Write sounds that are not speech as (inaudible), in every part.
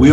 We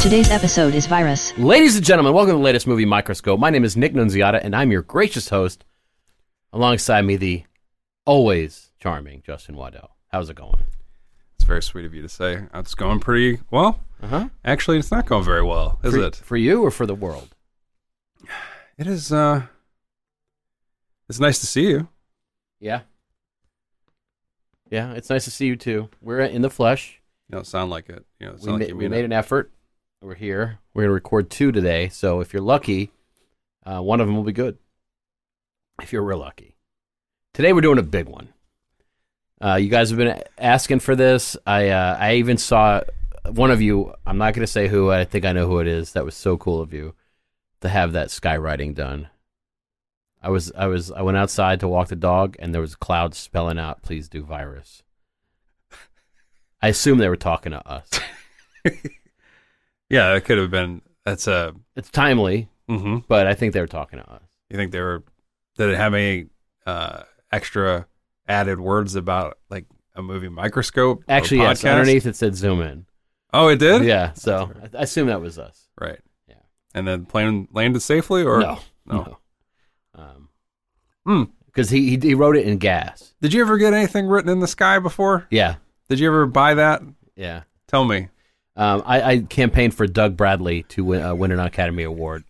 Today's episode is Virus. Ladies and gentlemen, welcome to the latest movie microscope. My name is Nick Nunziata, and I'm your gracious host. Alongside me, the always charming Justin Waddell. How's it going? It's very sweet of you to say. It's going pretty well. Uh-huh. Actually, it's not going very well, is for, it? for you or for the world? It is. uh It's nice to see you. Yeah. Yeah, it's nice to see you too. We're in the flesh. You don't sound like it. You know, We, sound ma- like you we mean made it. an effort. We're here. We're gonna record two today. So if you're lucky, uh, one of them will be good. If you're real lucky, today we're doing a big one. Uh, you guys have been a- asking for this. I uh, I even saw one of you. I'm not gonna say who. I think I know who it is. That was so cool of you to have that skywriting done. I was I was I went outside to walk the dog, and there was clouds spelling out, "Please do virus." I assume they were talking to us. Yeah, it could have been. That's a. It's timely. Mm-hmm. but I think they were talking to us. You think they were? Did it have any uh, extra added words about like a movie microscope? or Actually, yes, podcast? underneath it said zoom in. Oh, it did. Yeah, so I I assume that was us. Right. Yeah. And then plane landed safely, or no, no. no, Hmm. because Um, he, he he wrote it in gas. Did you ever get anything written in the sky before? Yeah, Did you ever buy that? yeah. Tell me. Um, I, I campaigned for Doug Bradley to win, uh, win an Academy Award.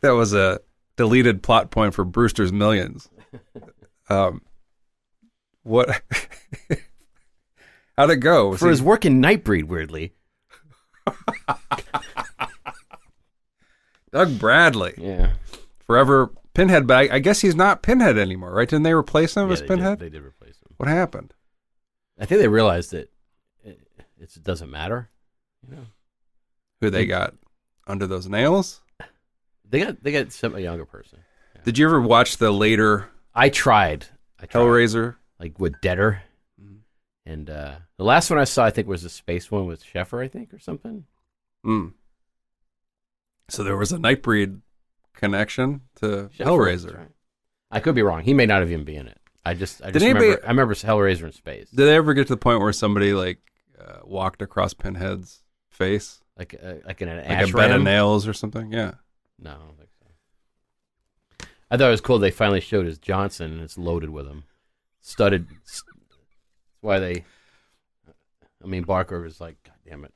That was a deleted plot point for (laughs) Brewster's Millions. Um, what? (laughs) How'd it go? Was For he- his work in Nightbreed, weirdly. Doug Bradley Yeah. forever Pinhead, but I, I guess he's not Pinhead anymore, right? Didn't they replace him yeah as they, Pinhead? did, they did replace him. What happened? I think they realized that it, it doesn't matter. You know, Who they got under those nails? they got they got some a younger person. Did you ever watch the later I tried. I Oh, tried. Hellraiser? like with Deader. Mm-hmm. And uh, the last one I saw, I think, was the space one with Sheffer, I think, or something. Mm. So there was a Nightbreed connection to Sheffer, that's Hellraiser. right. I could be wrong. He may not have even been in it. I just, I Did just anybody- remember, I remember Hellraiser in space. Did they ever get to the point where somebody like uh, walked across Pinhead's face, like, uh, like in an like ash a bed of ram? nails or something? Yeah. No, I don't think so. I thought it was cool. They finally showed his Johnson, and it's loaded with him, studded. That's why they. I mean, Barker was like, "God damn it,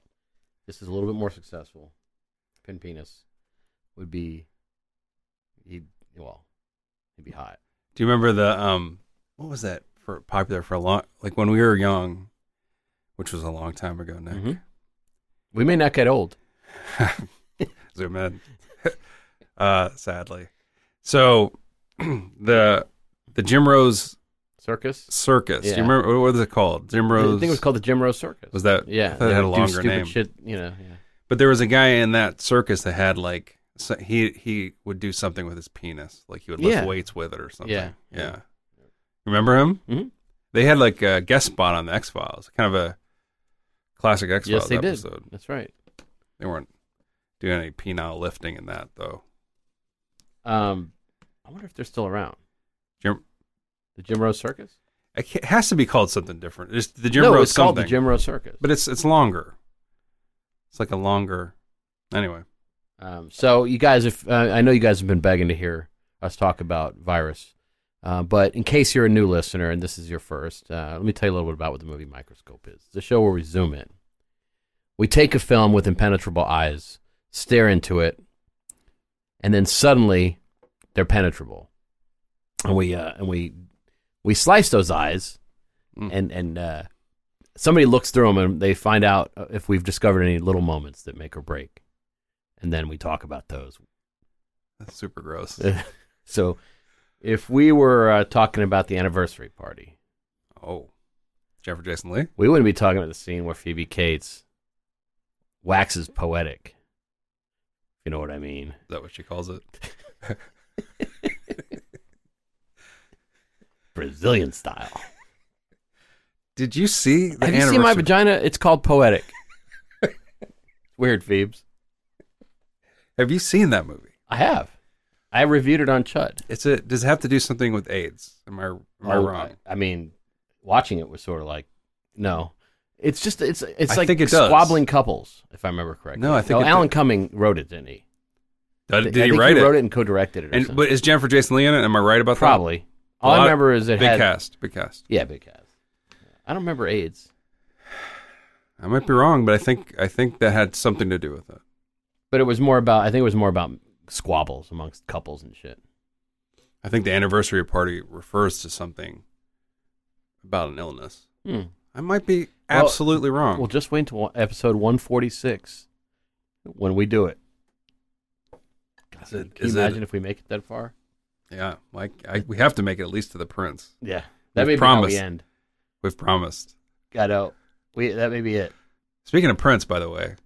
this is a little bit more successful." Pin penis would be. He well, he'd be hot. Do you remember the um? What was that for popular for a long? Like when we were young, which was a long time ago. Nick, Mhm. We may not get old. Mm-hmm. (laughs) zoom in. uh, sadly, so (clears throat) the the Jim Rose Circus. Circus. Do Yeah. you remember what was it called? Jim I Rose. think it was called the Jim Rose Circus. Was that? yeah, I thought it had a would do longer stupid name. Shit, you know. Yeah. But there was a guy in that circus that had like so he he would do something with his penis, like he would lift Yeah. weights with it or something. Yeah. yeah. Remember him? Mhm. They had like a guest spot on the X Files, kind of a classic X Yes, Files they did. episode. That's right. They weren't doing any penile lifting in that though. Um, I wonder if they're still around. Jim, The Jim Rose Circus. I can't- it has to be called something different. It's the Jim no, Rose it's something, called the Jim Rose Circus. but it's it's longer. It's like a longer. Anyway, Um, so you guys, if uh, I know you guys have been begging to hear us talk about virus, uh, but in case you're a new listener and this is your first, uh, let me tell you a little bit about what the movie Microscope is. It's a show where we zoom in. We take a film with impenetrable eyes, stare into it, and then suddenly they're penetrable, and we uh, and we we slice those eyes, Mm. and and uh, somebody looks through them and they find out uh, if we've discovered any little moments that make or break and then we talk about those. (laughs) that's super gross. so, if we were uh, talking about the anniversary party, oh, Jeffrey Jason Lee. we wouldn't be talking about the scene where Phoebe Cates waxes poetic. if You know what I (laughs) mean? Is that what she calls it? Brazilian style. Did you see the Have you seen my anniversary- vagina? It's called (laughs) poetic. Weird, Phoebes. Have you seen that movie? I have. I reviewed it on Chud. It's a. Does it have to do something with AIDS? Am I am I Oh, wrong? I mean, watching it was sort of like, no. It's just it's it's I like think it does. squabbling couples, if I remember correctly. No, I think oh, it Alan does. Cumming wrote it, didn't he? Did, Th- did I he think write he it? wrote it and co-directed it. Or And something. but is Jennifer Jason Lee in it? Am I right about that? probably. All I Well, remember is it Big had cast, big cast. yeah, big cast. I don't remember AIDS, I might be wrong, but I think I think that had something to do with it. but it was more about I think it was more about squabbles amongst couples and shit. I think the anniversary party refers to something about an illness. Hmm. I might be absolutely wrong. Well, just wait until episode one forty six when we do it. God, Is it- can you is it- imagine if we make it that far? yeah, like I, we have to make it at least to the prince. Yeah, that We've may be promised. how we end. We've promised. Got out. We that may be it. Speaking of Prince, by the way,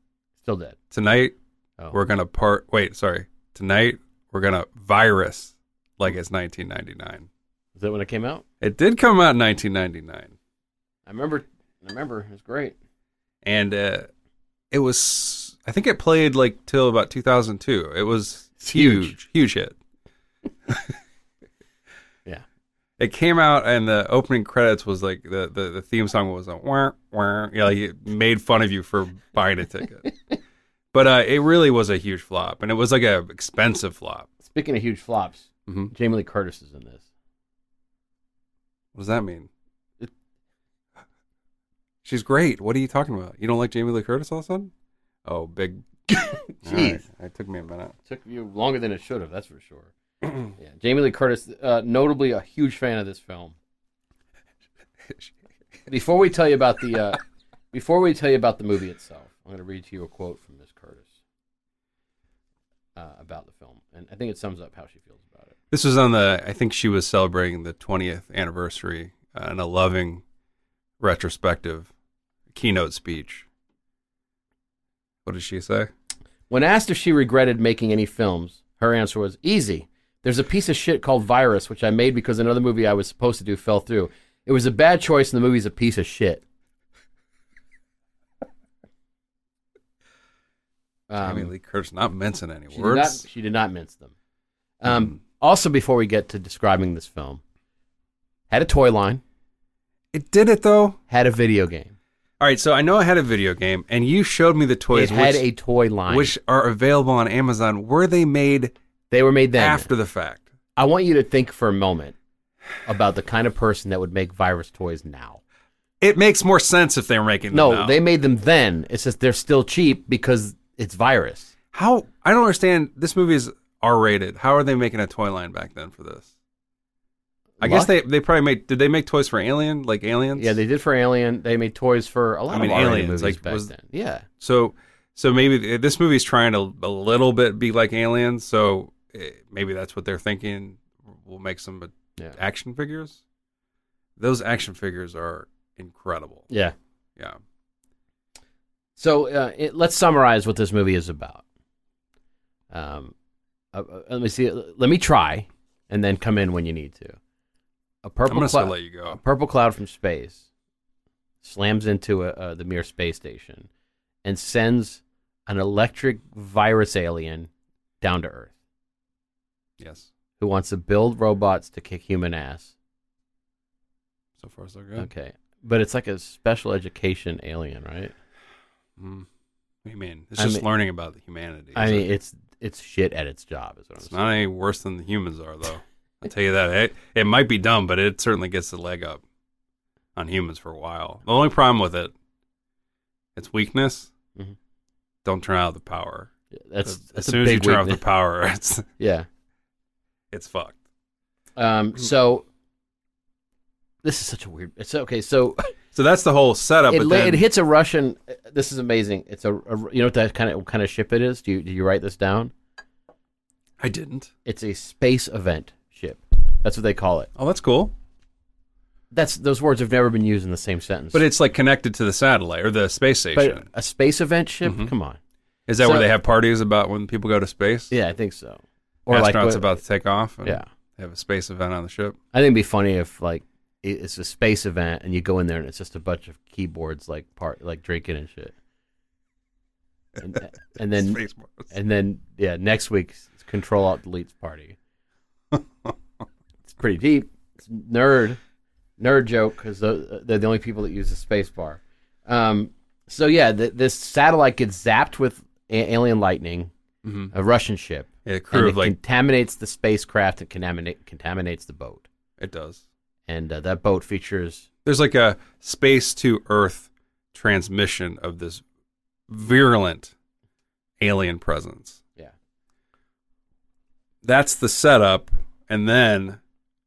Still dead. tonight Oh. we're gonna part. Wait, sorry. Tonight we're gonna virus like it's 1999. Is that when it came out? It did come out in 1999, I remember. I remember. It was great. and uh, it was. I think it played like till about 2002. It was It's huge. huge, huge hit. Yeah. It came out, and the opening credits was like the the, the theme song was like wah, wah. Yeah, like it made fun of you for buying (laughs) a ticket. but uh, it really was a huge flop, and it was like a expensive flop. Speaking of huge flops, Mm-hmm. Jamie Lee Curtis is in this. What does that mean? It- She's great. What are you talking about? You don't like Jamie Lee Curtis all of a sudden? Oh, big. (laughs) All right. (laughs) Jeez. It took me a minute. took you longer than it should have. That's for (clears throat) sure. yeah, Jamie Lee Curtis, uh, notably a huge fan of this film. Before we tell you about the, (laughs) uh, before we tell you about the movie itself, I'm going to read to you a quote from Miss Curtis uh, about the film, and I think it sums up how she feels about it. This was on the. I think she was celebrating the 20th anniversary uh, in a loving retrospective keynote speech. What did she say? When asked if she regretted making any films, her answer was easy. There's a piece of shit called Virus, which I made because another movie I was supposed to do fell through. It was a bad choice, and the movie's a piece of shit. Um, Jamie Lee Curtis not mincing any she, did words. Hmm. not, she did not mince them. Um, Also, before we get to describing this film, had a toy line, it did it though. had a video game. All right, so I know I had a video game, and you showed me the toys. it had which- a toy line. which are available on Amazon, were they made they were made then. after the fact? I want you to think for a moment about the kind of person that would make virus toys now. It makes more sense if they were making them No, now. they made them then. It's just they're still cheap because it's virus. How I don't understand. This movie is R rated. How are they making a toy line back then for this? I guess Luck? they they probably made. Did they make toys for Alien like Aliens? Yeah, they did for Alien. They made toys for a lot I mean, of R-rated Aliens, movies like, back was- then. Yeah, So so maybe th- this movie's trying to a little bit be like Aliens. So eh, maybe that's what they're thinking. We'll make some uh, yeah, action figures. Those action figures are incredible. yeah. Yeah. So uh, it, let's summarize what this movie is about. Um, uh, uh, let me see. Let me try, and then come in when you need to. A I'm purple gonna still clou- let you go. A Uh, purple cloud from space slams into a, uh, the Mir space station and sends an electric virus alien down to Earth. Yes. who wants to build robots to kick human ass So far, so good. Okay. But it's like a special education alien, right? Mm. What do you mean? It's I just mean- learning about the humanity. I It's mean, it's it's shit at its job. Is what I'm It's saying. not any worse than the humans are, though. I'll tell you that. It, it might be dumb, but it certainly gets the leg up on humans for a while. The only problem with it, its weakness. Mhm. Don't turn out the power. that's, as that's a soon as you big turn off the weakness. power, (laughs) it's yeah. it's fucked. Um. So this is such a weird. It's okay. So So that's the whole setup. it, but la- it then, hits a Russian. uh, This is amazing. It's a, a you know what that kind of what kind of ship it is. Do you do you write this down? I didn't. It's a space event ship. That's what they call it. Oh, that's cool. That's those words have never been used in the same sentence. But it's like connected to the satellite or the space station. Mm-hmm. but a space event ship. Come on. Is that so- where they have parties about when people go to space? Yeah, I think so. Astronauts what- about to take off. And Yeah. They have a space event on the ship. I think it'd be funny if like it- it's a space event and you go in there and it's just a bunch of keyboards like part like drinking and shit. (laughs) And, and then Space Mars. and then yeah, next week's control alt deletes party. it's pretty deep. It's nerd nerd joke because they're the only people that use the space bar. Um, so yeah, th this satellite gets zapped with a- alien lightning, Mhm. a Russian ship, Yeah, crew and of it like contaminates the spacecraft and contaminate, contaminates the boat. it does. and uh, that boat features There's like a space to Earth transmission of this virulent alien presence. yeah That's the setup, and then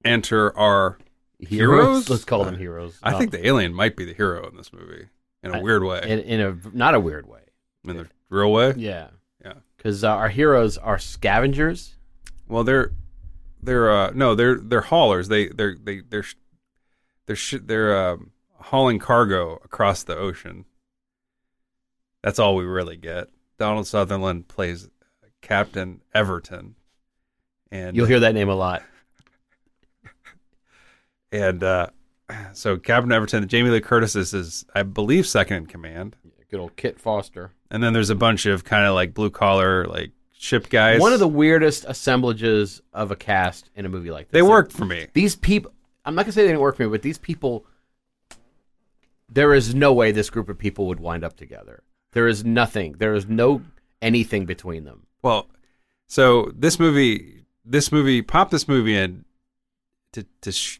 enter our. Heroes? Let's call them heroes. I Uh, think the alien might be the hero in this movie in a I- weird way, in, in a not a weird way. in the real way. Yeah, Yeah. because uh, our heroes are scavengers. Well, they're they're uh, no, they're they're haulers. They they're they they're sh- they're sh- they're um, hauling cargo across the ocean. That's all we really get. Donald Sutherland plays Captain Everton, and You'll hear that name a lot. and uh, so Captain Everton, Jamie Lee Curtis is, is I believe second in command, Good old Kit Foster. and then there's a bunch of kind of like blue collar like ship guys. One of the weirdest assemblages of a cast in a movie like this. they worked for me. These people. I'm not gonna say they didn't work for me, but these people. There is no way this group of people would wind up together. There is nothing. There is no anything between them. (laughs) Well, so this movie, this movie, pop this movie in to to sh-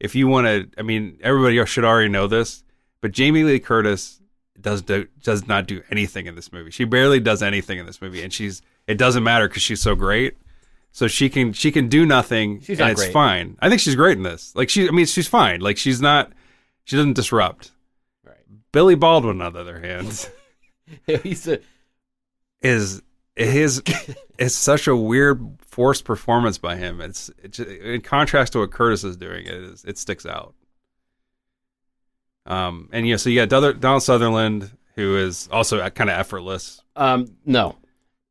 if you want to. I mean, everybody else should already know this, but Jamie Lee Curtis does do, does not do anything in this movie. She barely does anything in this movie, and she's it doesn't matter because she's so great. So she can she can do nothing, She's and not it's great. fine. I think she's great in this. Like she, I mean, she's fine. Like she's not, she doesn't disrupt. Right. Billy Baldwin, on the other hand (laughs) He's a is his is such a weird forced performance by him. It's it, ju- in contrast to what Curtis is doing. It is it sticks out. Um, and yeah, so you got Dother- Donald Sutherland, who is also kind of effortless. Um, no,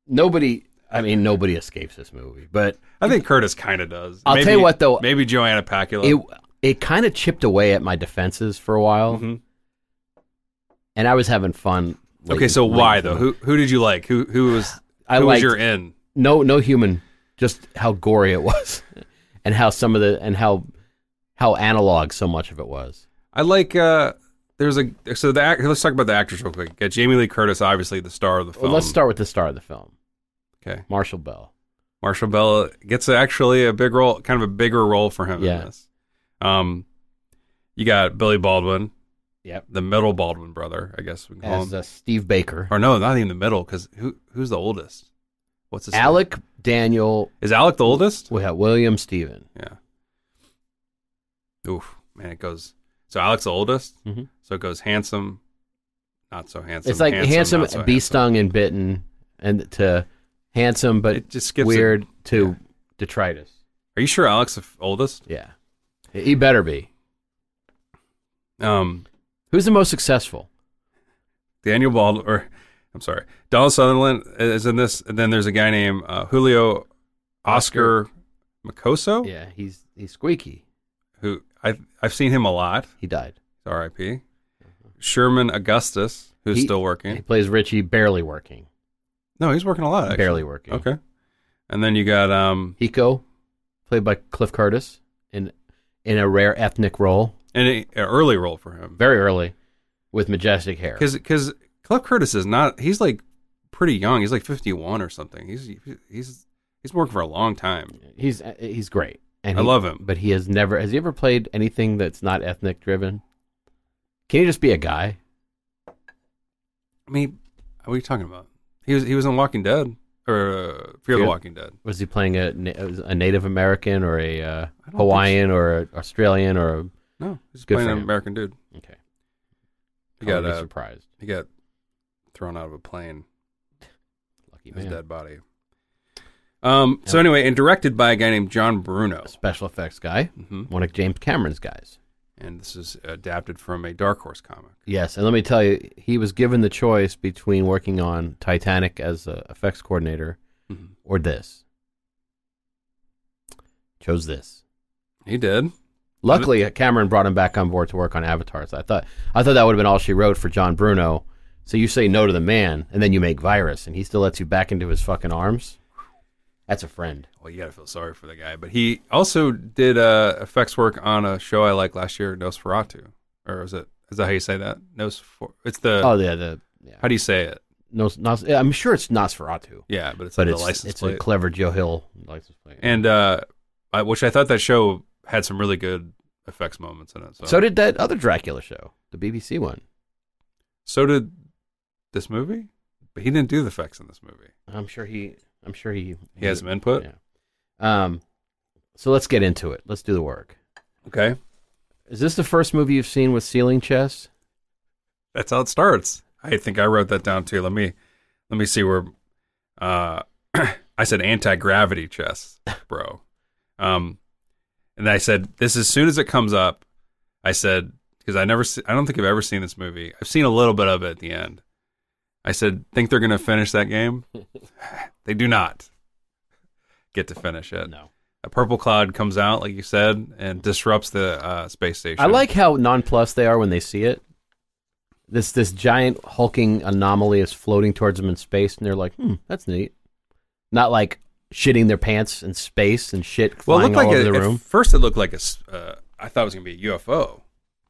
nobody. I mean, nobody escapes this movie, but I think Curtis kind of does. I'll tell you what, though. maybe Joanna Pacula. it it kind of chipped away at my defenses for a while, Mhm. and I was having fun. late- Okay, so late why in the though? movie. Who who did you like? Who who was (sighs) I who liked- was your in? No, no human. Just how gory it was, (laughs) and how some of the and how how analog so much of it was. I like uh there's a so the act, let's talk about the actors real quick. Got Jamie Lee Curtis, obviously the star of the film. Well, let's start with the star of the film, Okay. Marshall Bell. Marshall Bell gets actually a big role, kind of a bigger role for him Yeah. in this. Um, you got Billy Baldwin, Yep, the middle Baldwin brother, I guess we can call as him. uh, Steve Baker, or no, not even the middle, because who who's the oldest? What's his name? Alec Daniel, Is Alec the oldest? we have William Steven. Yeah. Oof, man, it goes. So Alec's the oldest. Mhm. So it goes handsome, not so handsome. It's like handsome, not so be stung and bitten, and to handsome but It just skips a- weird to detritus. Are you sure Alec's the f- oldest? Yeah, he better be. Um, Who's the most successful? Daniel Baldwin, or I'm sorry, Donald Sutherland is in this, and then there's a guy named uh, Julio Oscar, Macoso, Yeah, he's he's squeaky. who I I've seen him a lot. He died. R.I.P. Sherman Augustus, who's Mm-hmm. He- still He working. plays Richie, barely working, No, he's working a lot. Actually. barely working. Okay. And then you got um Hiko, played by Cliff Curtis in in a rare ethnic role. and an e, early role for him very early with majestic hair. because because Cliff Curtis is not he's like pretty young. He's like fifty one or something. He's he's he's worked for a long time. He's uh, he's great. And I he- love him. but he has never has he ever played anything that's not ethnic driven? Can he just be a guy? I mean, what are you talking about? He was he was in Walking Dead or uh, Fear the Fear- Walking Dead. Was he playing a na- a Native American or a uh, think so. Hawaiian or a Australian or a, No, he's Good playing for an him. Oh, American dude. okay? He I got would be uh, surprised. he got thrown out of a plane. Lucky His man. dead body. Um. So anyway, and directed by a guy named John Bruno. Special effects guy, hmm one of James Cameron's guys. And this is adapted from a Dark Horse comic. Yes, and let me tell you, he was given the choice between working on Titanic as a effects coordinator Mhm. or this. Chose this. He did. Luckily, Cameron brought him back on board to work on Avatar. So I thought I thought that would have been all she wrote for John Bruno. So you say no to the man, and then you make Virus, and he still lets you back into his fucking arms. That's a friend. Well, you gotta feel sorry for the guy, but he also did uh, effects work on a show I liked last year, Nosferatu, or is it? Is that how you say that? Nosfer. It's the. oh yeah, the yeah. How do you say it? Nos, Nos, I'm sure it's Nosferatu, Yeah, but it's but like it's the license it's a plate. clever Joe Hill license plate. and uh, I, which I thought that show had some really good effects moments in it. So so did that other Dracula show, the BBC one. so did this movie, but he didn't do the effects in this movie. I'm sure he. I'm sure he. He has some input. Yeah. Um. So let's get into it. Let's do the work. Okay, Is this the first movie you've seen with ceiling chess? that's how it starts. I think I wrote that down too. Let me let me see where uh, (clears throat) I said anti gravity chess, bro. um, and I said this as soon as it comes up. I said because I never se- I don't think I've ever seen this movie. I've seen a little bit of it at the end. I said think they're gonna finish (laughs) that game. they do not get to finish it. No. A purple cloud comes out, like you said, and disrupts the uh, space station. I like how nonplussed they are when they see it. This this giant hulking anomaly is floating towards them in space, and they're like, "Hmm, that's neat." Not like shitting their pants in space and shit Well, it flying looked like all a, over the at room. first it looked like a. s- Uh, I thought it was gonna be a UFO,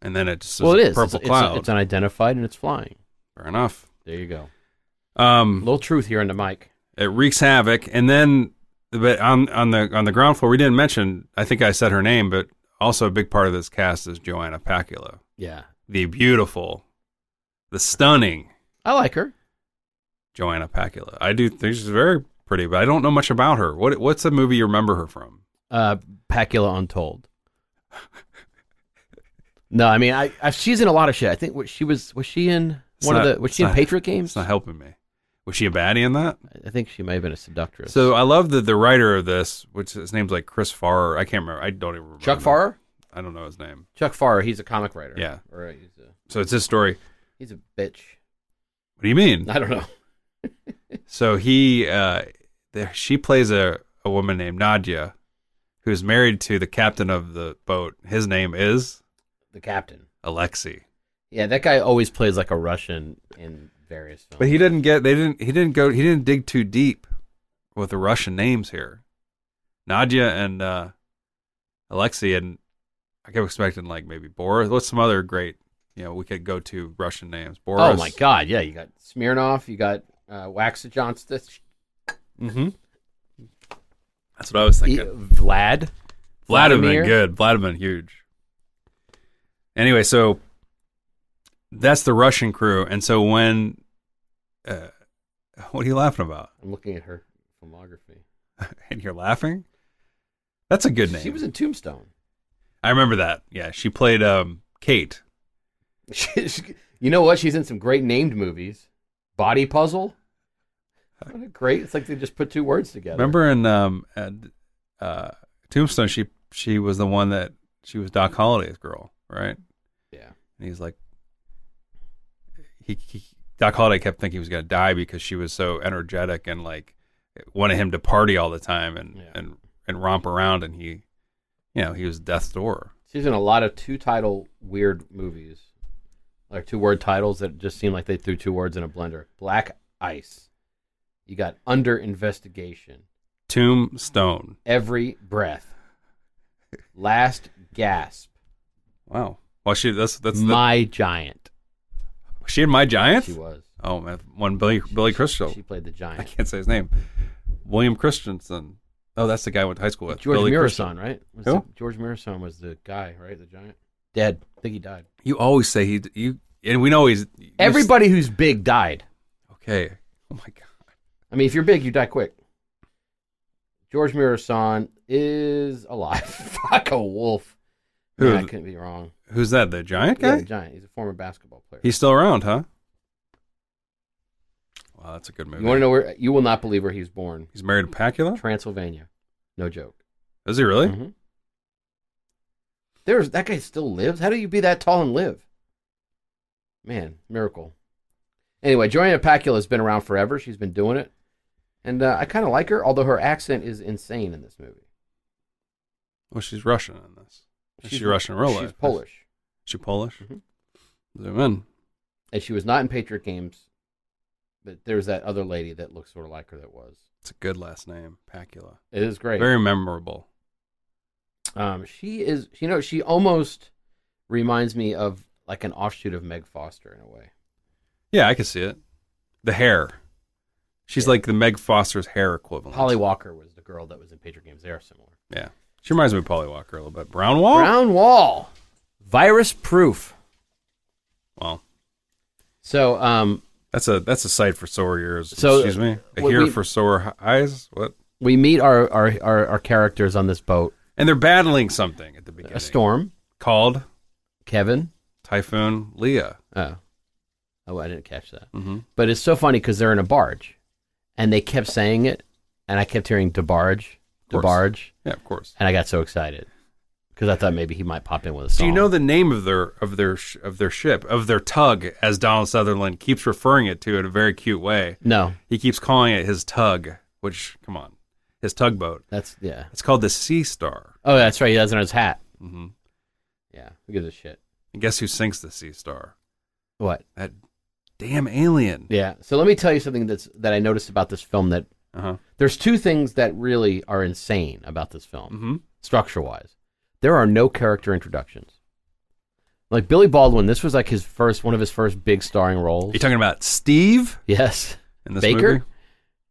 and then it just Well, it is. purple it's, cloud. It's, it's unidentified and it's flying. Fair enough. There you go. Um, little truth here in the mic. it wreaks havoc, and then but on on the on the ground floor we didn't mention. I think I said her name, but also a big part of this cast is Joanna Pacula, Yeah, the beautiful, the stunning I like her. Joanna Pacula. I do think she's very pretty, but I don't know much about her. What what's the movie you remember her from? Uh, Pacula Untold. No, I mean, I, I she's in a lot of shit. I think what she was was she in It's one not- of the was it's she in not- Patriot It's Games? not helping me. Was she a baddie in that? I think she may have been a seductress. So I love that the writer of this, which his name's like Chris Farrer. I can't remember. I don't even remember. Chuck Farrer. I don't know his name. Chuck Farrer, he's a comic writer. Yeah. Or uh, he's a, So it's his story. he's a bitch. (laughs) What do you mean? I don't know. So he, uh, there, she plays a, a woman named Nadia, who's married to the captain of the boat. His name is The captain. Alexei. Yeah, that guy always plays like a Russian in various films. But he didn't get. They didn't. He didn't go. He didn't dig too deep with the Russian names here. Nadia and uh, Alexei and I kept expecting like maybe Boris. What's some other great? You know, we could go to Russian names. Boris. oh my god, yeah, you got Smirnoff, you got uh, Waxa Johnston, Mm-hmm. That's what I was E- thinking. Vlad. Vlad would have Vladimir. been good. Vlad would have been huge. Anyway, so that's the Russian crew, and so when, uh, what are you laughing about? (laughs) I'm looking at her filmography. And you're laughing. That's a good name. She was in Tombstone. (laughs) I remember that. Yeah, she played um, Kate. She- she- you know what? She's in some great named movies. Body Puzzle. What a great! It's like they just put two words together. Remember in um, at, uh, Tombstone, she she was the one that she was Doc Holliday's girl, right? Yeah. And he's like, he, he Doc Holliday kept thinking he was gonna die because she was so energetic and like wanted him to party all the time and Yeah. and and romp around, and he, you know, he was death's door. She's in a lot of two title weird movies, like two word titles that just seem like they threw two words in a blender. Black Ice. You got Under Investigation. Tombstone. Every Breath. Last Gasp. Wow. Well, she that's that's the, My giant. she in my giant. She was. Oh man, one Billy Billy Crystal. She played the I giant. can't say his name. William Christensen. Oh, that's the guy I went to high school with. George Billy Christensen. Murison, right? Was Who? the- George Murison was the guy, right? The giant. Dead. I think he died. You always say he you, and we know he's you're- Everybody who's big died. Okay. Oh my god. I mean, if you're big, you die quick. George Murison is alive. (laughs) Fuck a wolf. Who? Man, I couldn't be wrong. Who's that? The giant Yeah, guy? the giant. He's a former basketball player. He's still around, huh? Wow, that's a good movie. you want to know where? You will not believe where he was born. He's married to Pacula. Transylvania. No joke. Is he really? Mhm. There's that guy still lives. How do you be that tall and live? Man, miracle. Anyway, Joanna Pacula has been around forever. She's been doing it, and uh, I kind of like her, although her accent is insane in this movie. Well, she's Russian in this. Is she Russian in real life? She's Polish, Is she Polish? Mhm. Zoom in. and she was not in Patriot Games. But there's that other lady that looks sort of like her. That was. It's a good last name, Pacula. It is great. Very memorable. Um, she is. You know, she almost reminds me of like an offshoot of Meg Foster in a way. Yeah, I can see it. The hair. She's Yeah. like the Meg Foster's hair equivalent. Polly Walker was the girl that was in Patriot Games. They are similar. Yeah. She reminds me of Polly Walker a little bit. Brown Wall? Brown wall, virus proof. Well, So, um, that's a that's a sight for sore ears. So, uh, Excuse me. A what ear we- for sore h- eyes. What? we meet our our, our, our characters on this boat. And they're battling something at the beginning. A storm. called Kevin. Typhoon Leah. Oh, oh, I didn't catch that. Mhm. But it's so funny because they're in a barge, and they kept saying it, and I kept hearing debarge, Of course. debarge, Yeah, of course. and I got so excited because I thought maybe he might pop in with a song. Do you know the name of their of their sh- of their ship of their tug as Donald Sutherland keeps referring it to in a very cute way? No, He keeps calling it his tug, which come on, his tugboat. that's yeah. It's called the Sea Star. Oh, that's right. He has it on his hat. Mm-hmm. Yeah, who gives a shit? And guess who sinks the Sea Star? What? That damn alien. Yeah. So let me tell you something that's that I noticed about this film that Uh huh. there's two things that really are insane about this film, Mm-hmm. structure wise. There are no character introductions. Like Billy Baldwin, this was like his first, one of his first big starring roles. You talking about Steve yes, in this Baker? movie?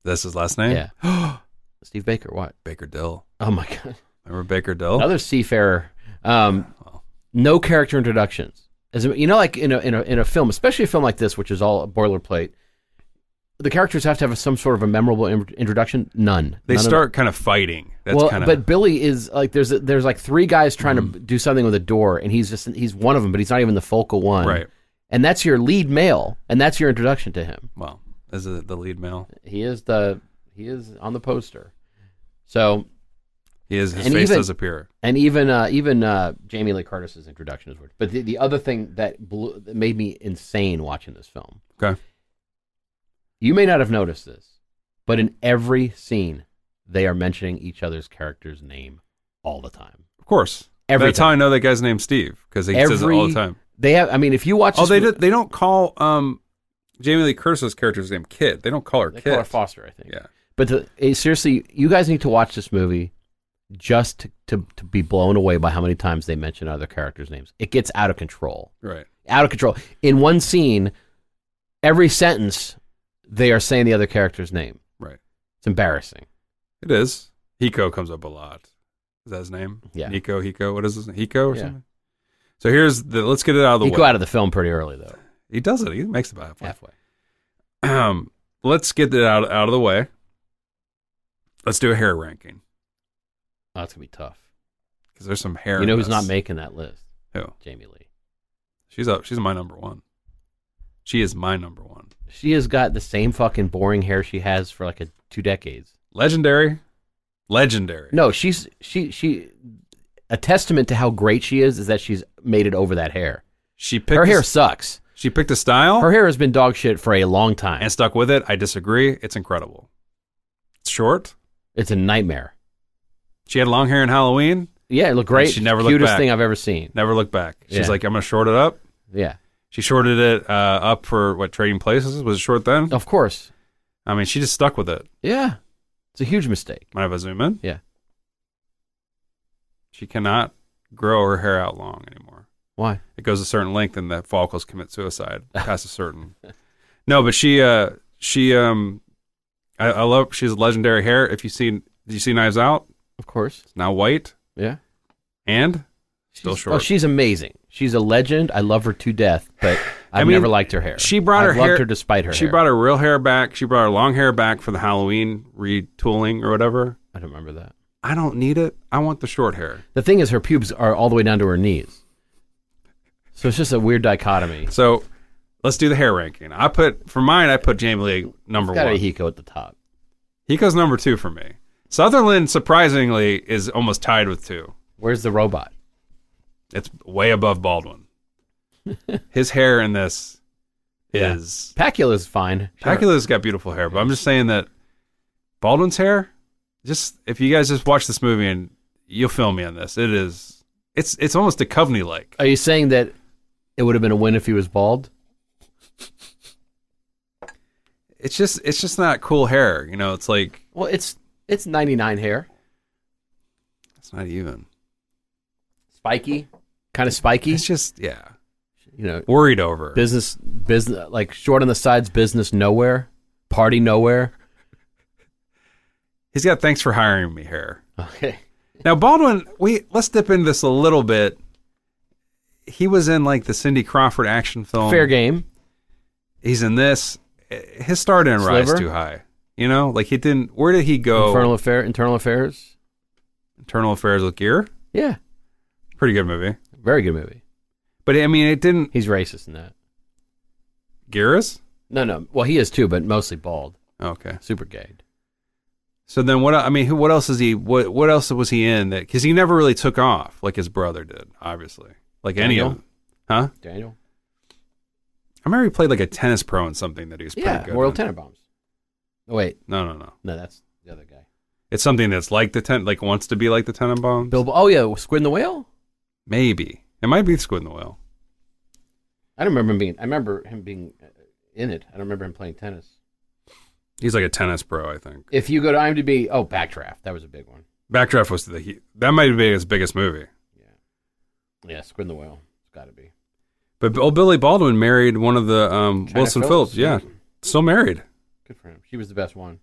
That's his last name. Yeah. Steve Baker. What? (gasps) Baker Dill. Oh my god, Remember Baker Dill? another seafarer. Um, Well. no character introductions. As you know, like in a in a in a film, especially a film like this, which is all boilerplate, the characters have to have some sort of a memorable in- introduction. None. They None at all. start kind of fighting. That's well, kind of but Billy is like there's there's like three guys trying Mm-hmm. to do something with a door, and he's just he's one of them, but he's not even the focal one, right. And that's your lead male, and that's your introduction to him. Well, is it the lead male? He is the he is on the poster. So, He is. His And face even- does appear. and even uh, even uh, Jamie Lee Curtis's introduction is weird. But the, the other thing that blew, that made me insane watching this film, Okay. you may not have noticed this, but in every scene, they are mentioning each other's character's name all the time. Of course. Every That's how I know that guy's name's Steve because he says it all the time. They have. I mean, if you watch, Oh, this they mo- do, they don't call um Jamie Lee Curtis's character's name Kit. They don't call her They Kit. call her Foster, I think. Yeah. But the, eh, seriously, you guys need to watch this movie just to, to to be blown away by how many times they mention other characters' names. It gets out of control. Right. Out of control. In one scene, every sentence they are saying the other character's name. Right. It's embarrassing. It is. Hiko comes up a lot. Is that his name? Yeah. Nico. Hiko. What is his name? Hiko or Yeah. something? So here's the. Let's get it out of the You way. go out of the film pretty early though. he does it. He makes it by halfway. Halfway. (clears throat) Um, let's get it out out of the way. Let's do a hair ranking Oh, that's gonna be tough. because there's some hair. You know in who's this. not making that list? Who? Jamie Lee. She's up. She's my number one. She is my number one. She has got the same fucking boring hair she has for like a two decades. Legendary. Legendary. No, she's she she a testament to how great she is is that she's made it over that hair. She picked her hair a- sucks. she picked a style Her hair has been dog shit for a long time. and stuck with it. I disagree. It's incredible. It's short. It's a nightmare. She had long hair in Halloween. Yeah, it looked great. And she never looked cutest back. thing I've ever seen. Never looked back. She's Yeah. like, I'm gonna short it up. Yeah, She shorted it uh, up for what Trading Places was it short then. of course. I mean, she just stuck with it. Yeah, it's a huge mistake. Might have a zoom in. Yeah. She cannot grow her hair out long anymore. Why? it goes a certain length and the follicles commit suicide (laughs) past a certain no but she uh she um I, I love she's legendary hair if you seen did you see knives out Of course. it's now white Yeah. and still She's- short Oh, she's amazing. She's a legend. I love her to death, (laughs) but I've mean, never liked her hair. she brought I've her loved hair- her despite her. she hair. brought her real hair back she brought her long hair back for the halloween retooling or whatever I don't remember that. i don't need it i want the short hair The thing is, her pubes are all the way down to her knees. So it's just a weird dichotomy. so let's do the hair ranking i put for mine i put jamie lee number Got one a Hiko at the top. he goes number two for me sutherland surprisingly is almost tied with two Where's the robot? It's way (laughs) above Baldwin. His hair in this Yeah. is Pacula's fine. Sure. Pacula's got beautiful hair, but I'm just saying that Baldwin's hair. Just if you guys just watch this movie and you'll feel me on this, it is it's it's almost Duchovny like. Are you saying that it would have been a win if he was bald? It's just it's just not cool hair, you know. It's like Well, it's it's 99 hair, it's not even. spiky, kind of spiky. It's just yeah, You know, worried over. business business like short on the sides, business nowhere, party nowhere. He's got thanks for hiring me hair. Okay. Now Baldwin, we let's dip into this a little bit. He was in like the Cindy Crawford action (laughs) film. Fair game. he's in this. His star didn't rise Sliver? too high. You know, like he didn't. Where did he go? Infernal affair, internal affairs. Internal Affairs with Gear, Yeah, pretty good movie. very good movie. But I mean, it didn't. He's racist in that. Gear's No, no. Well, he is too, but mostly bald, okay. super gay. So then, what? I mean, who? What else is he? What? What else was he in? That because he never really took off like his brother did, obviously. Like any Daniel? of them, huh? Daniel. I remember he played like a tennis pro in something that he was pretty Yeah, good. Royal in. Tenenbaums. Oh, wait, No, no, no. no, that's the other guy. It's something that's like the ten, like wants to be like the Tenenbaums. Bilbo. Oh yeah, Squid and the Whale. Maybe it might be Squid and the Whale. I don't remember him being. I remember him being uh, in it. I don't remember him playing tennis. He's like a tennis pro, I think. If you go to IMDb, oh, Backdraft. That was a big one. Backdraft was the he, that might be his biggest movie. Yeah, Squid and the Whale. It's got to be. But old Billy Baldwin married one of the um, China Wilson Phillips. Yeah, still married. Good for him. She was the best one.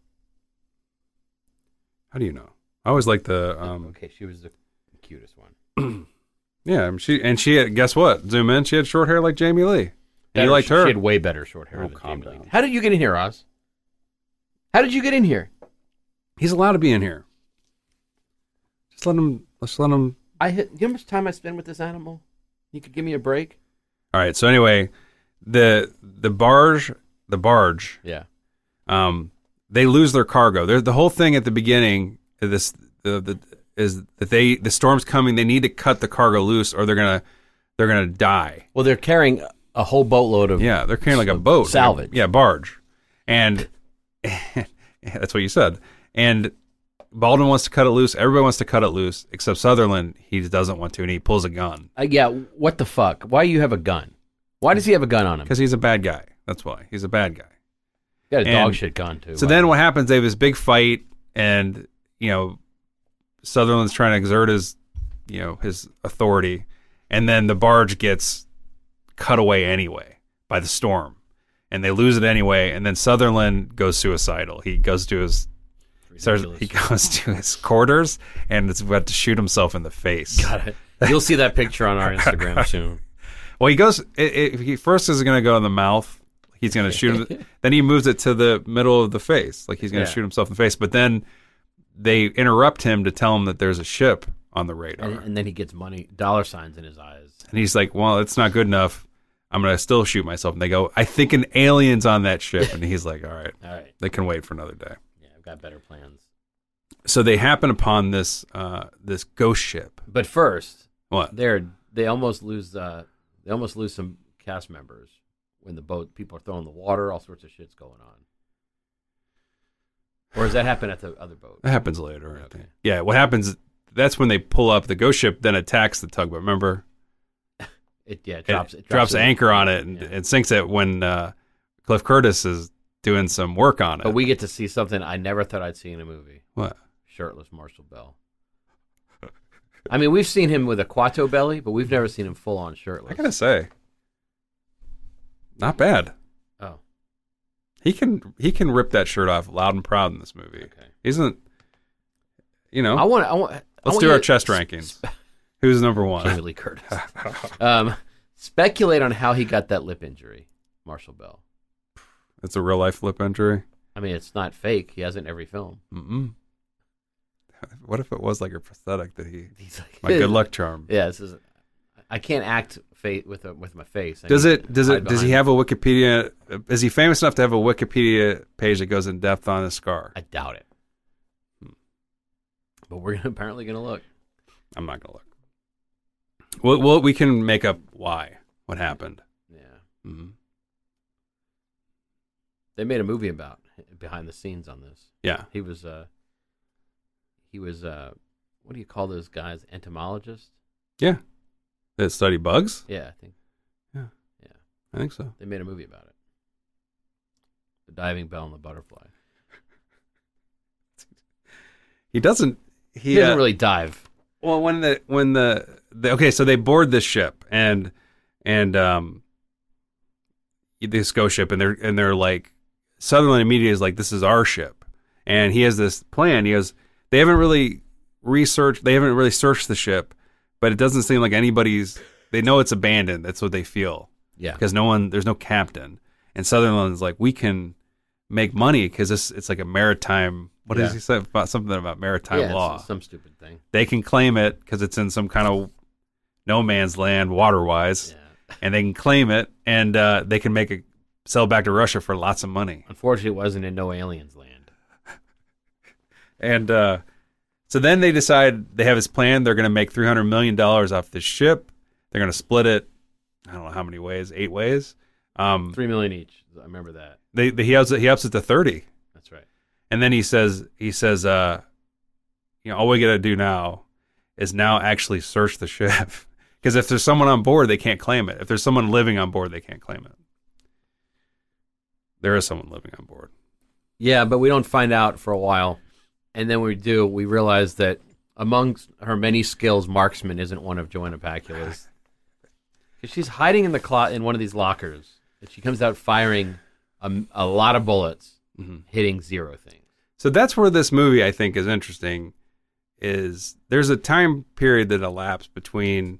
How do you know? I always like the um, okay, she was the cutest one. yeah. um, She and she had, guess what? Zoom in. She had short hair like Jamie Lee. And you Better- liked she- her. She had way better short hair Oh, than calm Jamie Lee. down. How did you get in here, Oz? How did you get in here? He's allowed to be in here. Just let him. Let's let him. I hit, you know how much time I spend with this animal? You could give me a break. All right. So anyway, the the barge the barge Yeah. um, they lose their cargo. They're, the whole thing at the beginning of this the, the, is that they the storm's coming. They need to cut the cargo loose, or they're gonna they're gonna die. Well, they're carrying a whole boatload of. Yeah, they're carrying like a boat, Salvage. Yeah, barge, and (laughs) that's what you said. And Baldwin wants to cut it loose. Everybody wants to cut it loose, except Sutherland. He doesn't want to, and he pulls a gun Uh, yeah. What the fuck? Why you have a gun? Why does he have a gun on him? because he's a bad guy. That's why he's a bad guy. He got a dog and- shit gun too. So then what happens? They have this big fight, and you know, Sutherland's trying to exert his, you know, his authority, and then the barge gets cut away anyway by the storm, and they lose it anyway. And then Sutherland goes suicidal. He goes to his starts, he (laughs) goes to his quarters, and is about to shoot himself in the face. Got it. You'll see that picture on our (laughs) Instagram soon. Well, he goes. It, it, he first is going to go in the mouth. He's going to (laughs) shoot him. then he moves it to the middle of the face, like he's going to Yeah. shoot himself in the face. But then they interrupt him to tell him that there's a ship on the radar, And, and then he gets money, dollar signs in his eyes. and he's like, "Well, it's not good enough. I'm going to still shoot myself." And they go, "I think an alien's on that ship," and he's like, "All right, All right. they can wait for another day." Yeah, I've got better plans. So they happen upon this uh, this ghost ship. But first, What? they're they almost lose uh they almost lose some cast members when the boat people are throwing the water, all sorts of shit's going on. Or does that happen at the other boat? That happens later. I Okay. think. Yeah, what happens? That's when they pull up. The ghost ship then attacks the tugboat. Remember? It yeah, it it drops drops, it, an anchor on it and, Yeah. and sinks it when uh, Cliff Curtis is doing some work on it. But we get to see something I never thought I'd see in a movie. what? (laughs) Shirtless Marshall Bell. I mean, we've seen him with a quato belly, but we've never seen him full on I shirtless. gotta say, not bad. Oh, He can he can rip that shirt off loud and proud in this movie. Okay. Isn't you know? I want. I want. I let's want do you our to- chest rankings. Who's number Jamie one? Lee Curtis. (laughs) um, speculate on how he got that lip injury, Marshall Bell. It's a real life lip injury. I mean, it's not fake. He has it in every film. (laughs) Mm-mm. (laughs) What if it was like a prosthetic that he? He's like, My good luck charm. Yeah, this is. I can't act fa- with a, with my face. I Does need it? to Does hide it? Does he behind have a Wikipedia? Is he famous enough to have a Wikipedia page that goes in depth on his scar? I doubt it. Hmm. But we're gonna, apparently going to look. I'm not gonna look. Well, well, we can make up why what happened. Yeah, Mm-hmm. they made a movie about behind the scenes on this. Yeah, He was uh he was uh what do you call those guys? Entomologist? yeah. Did it study bugs? Yeah, I think I think so. they made a movie about it. The diving bell and the butterfly. He doesn't. He, He doesn't uh, really dive. Well, when the when the, the okay, so they board this ship and and um this ghost ship and they're and they're like Sutherland media is like this is our ship and he has this plan. He goes they haven't really researched they haven't really searched the ship, but it doesn't seem like anybody's they know it's abandoned. That's what they feel Yeah. because no one there's no captain and Sutherland's like we can make money because this it's like a maritime. What does Yeah. he say about something about maritime yeah, it's law? some stupid thing. they can claim it because it's in some kind of no man's land water wise Yeah. (laughs) and they can claim it and uh, they can make it sell back to russia for lots of money Unfortunately, it wasn't in No Aliens Land. and uh, so then they decide they have this plan they're going to make $300 million off this ship they're going to split it i don't know how many ways eight ways um, Three million each. I remember that. they, they, he, ups it, he ups it to 30 That's right. and then he says he says uh, you know all we got to do now is now actually search the ship (laughs) because if there's someone on board they can't claim it if there's someone living on board they can't claim it there is someone living on board Yeah, but we don't find out for a while. And then when we do, we realize that amongst her many skills, marksman isn't one of Joanna Pacula's. (laughs) 'Cause she's hiding in the clo- in one of these lockers, and she comes out firing a, a lot of bullets, hitting zero things. so that's where this movie i think is interesting is there's a time period that elapsed between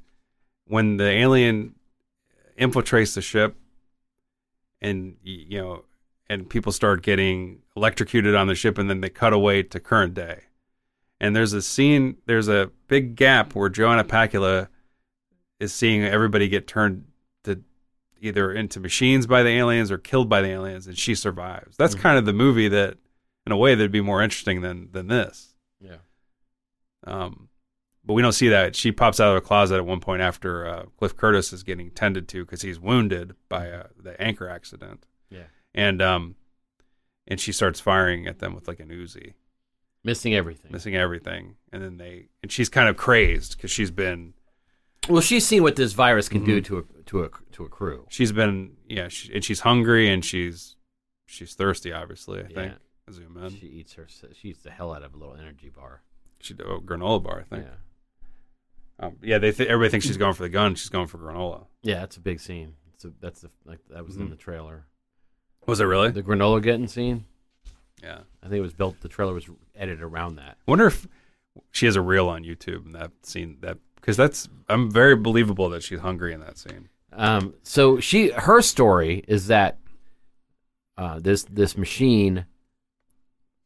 when the alien infiltrates the ship and y- you know and people start getting electrocuted on the ship and then they cut away to current day and there's a scene there's a big gap where joanna pacula is seeing everybody get turned to either into machines by the aliens or killed by the aliens and she survives that's kind of the movie that in a way that'd be more interesting than than this Yeah. um, but we don't see that. She pops out of a closet at one point after uh, Cliff Curtis is getting tended to because he's wounded by uh, the anchor accident, Yeah. and um, and she starts firing at them with like an Uzi, Missing everything. missing everything, and then they and she's kind of crazed because she's been Well, she's seen what this virus can Mm-hmm. do to a to a to a crew. she's been yeah she, and she's hungry and she's she's thirsty obviously I Yeah. think zoom in She eats her. She eats the hell out of a little energy bar. she oh, granola bar I think Yeah. yeah, um, yeah they th- everybody thinks she's going for the gun she's going for granola Yeah, that's a big scene. It's a, that's the like that was in Mhm. the trailer. was it really The granola getting scene. yeah I think it was built. The trailer was edited around that. wonder if she has a reel on YouTube and that scene that because that's I'm very believable that she's hungry in that scene. Um, so she, her story is that uh, this this machine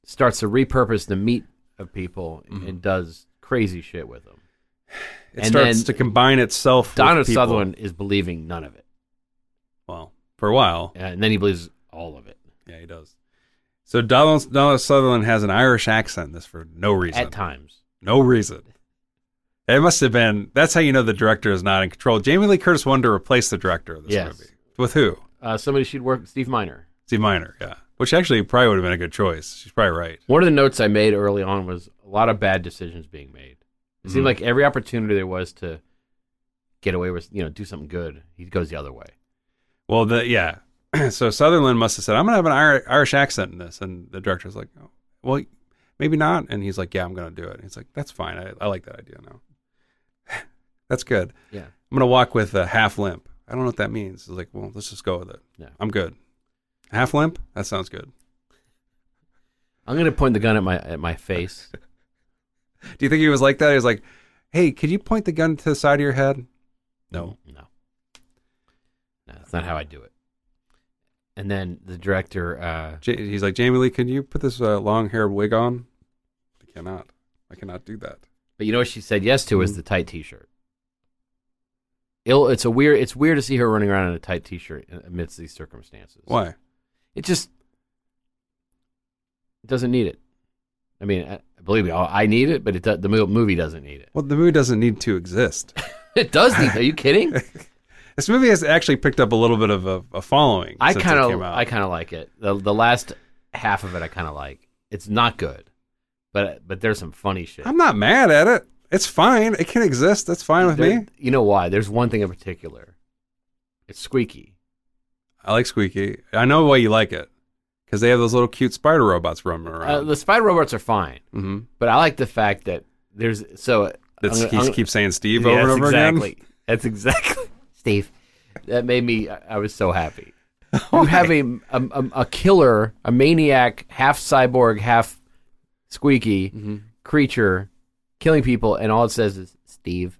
starts to repurpose the meat of people Mm-hmm. and does crazy shit with them. It And starts then to combine itself. Donald with people. Sutherland is believing none of it, Well, for a while, and then he believes all of it yeah, he does. So Donald Donald Sutherland has an Irish accent. This for no reason. at times. No reason. It must have been. That's how you know the director is not in control. Jamie Lee Curtis wanted to replace the director of this Yes. movie with who? Uh, somebody should work. Steve Miner. Steve Miner. Yeah, which actually probably would have been a good choice. She's probably right. One of the notes I made early on was a lot of bad decisions being made. It seemed Mhm. like every opportunity there was to get away with, you know, do something good, he goes the other way. Well, the yeah. (clears throat) so Sutherland must have said, "I'm gonna have an Ir- Irish accent in this," and the director's like, oh, "Well, maybe not." And he's like, "Yeah, I'm gonna do it." And he's like, "That's fine. I, I like that idea now." (laughs) That's good. Yeah. I'm gonna walk with a half limp. I don't know what that means. It's like, well, let's just go with it. Yeah. I'm good. Half limp? That sounds good. I'm gonna point the gun at my at my (laughs) face. Do you think he was like that? He was like, Hey, could you point the gun to the side of your head? No. No. No, that's not how I do it. And then the director, uh, J- he's like, Jamie Lee, can you put this uh, long haired wig on? I cannot. I cannot do that. but you know what she said yes to Hmm. is the tight T-shirt. Ill, it's a weird. It's weird to see her running around in a tight T-shirt amidst these circumstances. Why? It just doesn't need it. I mean, I, believe me, I I need it, but it do, the mo- movie doesn't need it. (laughs) Well, the movie doesn't need to exist. It does need. Are you (laughs) kidding? this movie has actually picked up a little bit of a, a following. I since it kind of came out. I kind of like it. The the last half of it I kind of like. It's not good, but but there's some funny shit. I'm not mad at it. It's fine. It can exist. That's fine with There- me. You know why? There's one thing in particular. It's squeaky. I like Squeaky. I know why you like it because they have those little cute spider robots running Uh, around. the spider robots are fine, mm-hmm. but I like the fact that there's so. That I'm he gonna- I'm- keeps saying Steve Yeah, over and that's over exactly. again. That's exactly (laughs) Steve. That made me. I I was so (laughs) happy. You have a, a a- a killer, a maniac, half cyborg, half squeaky creature, killing people, and all it says is Steve.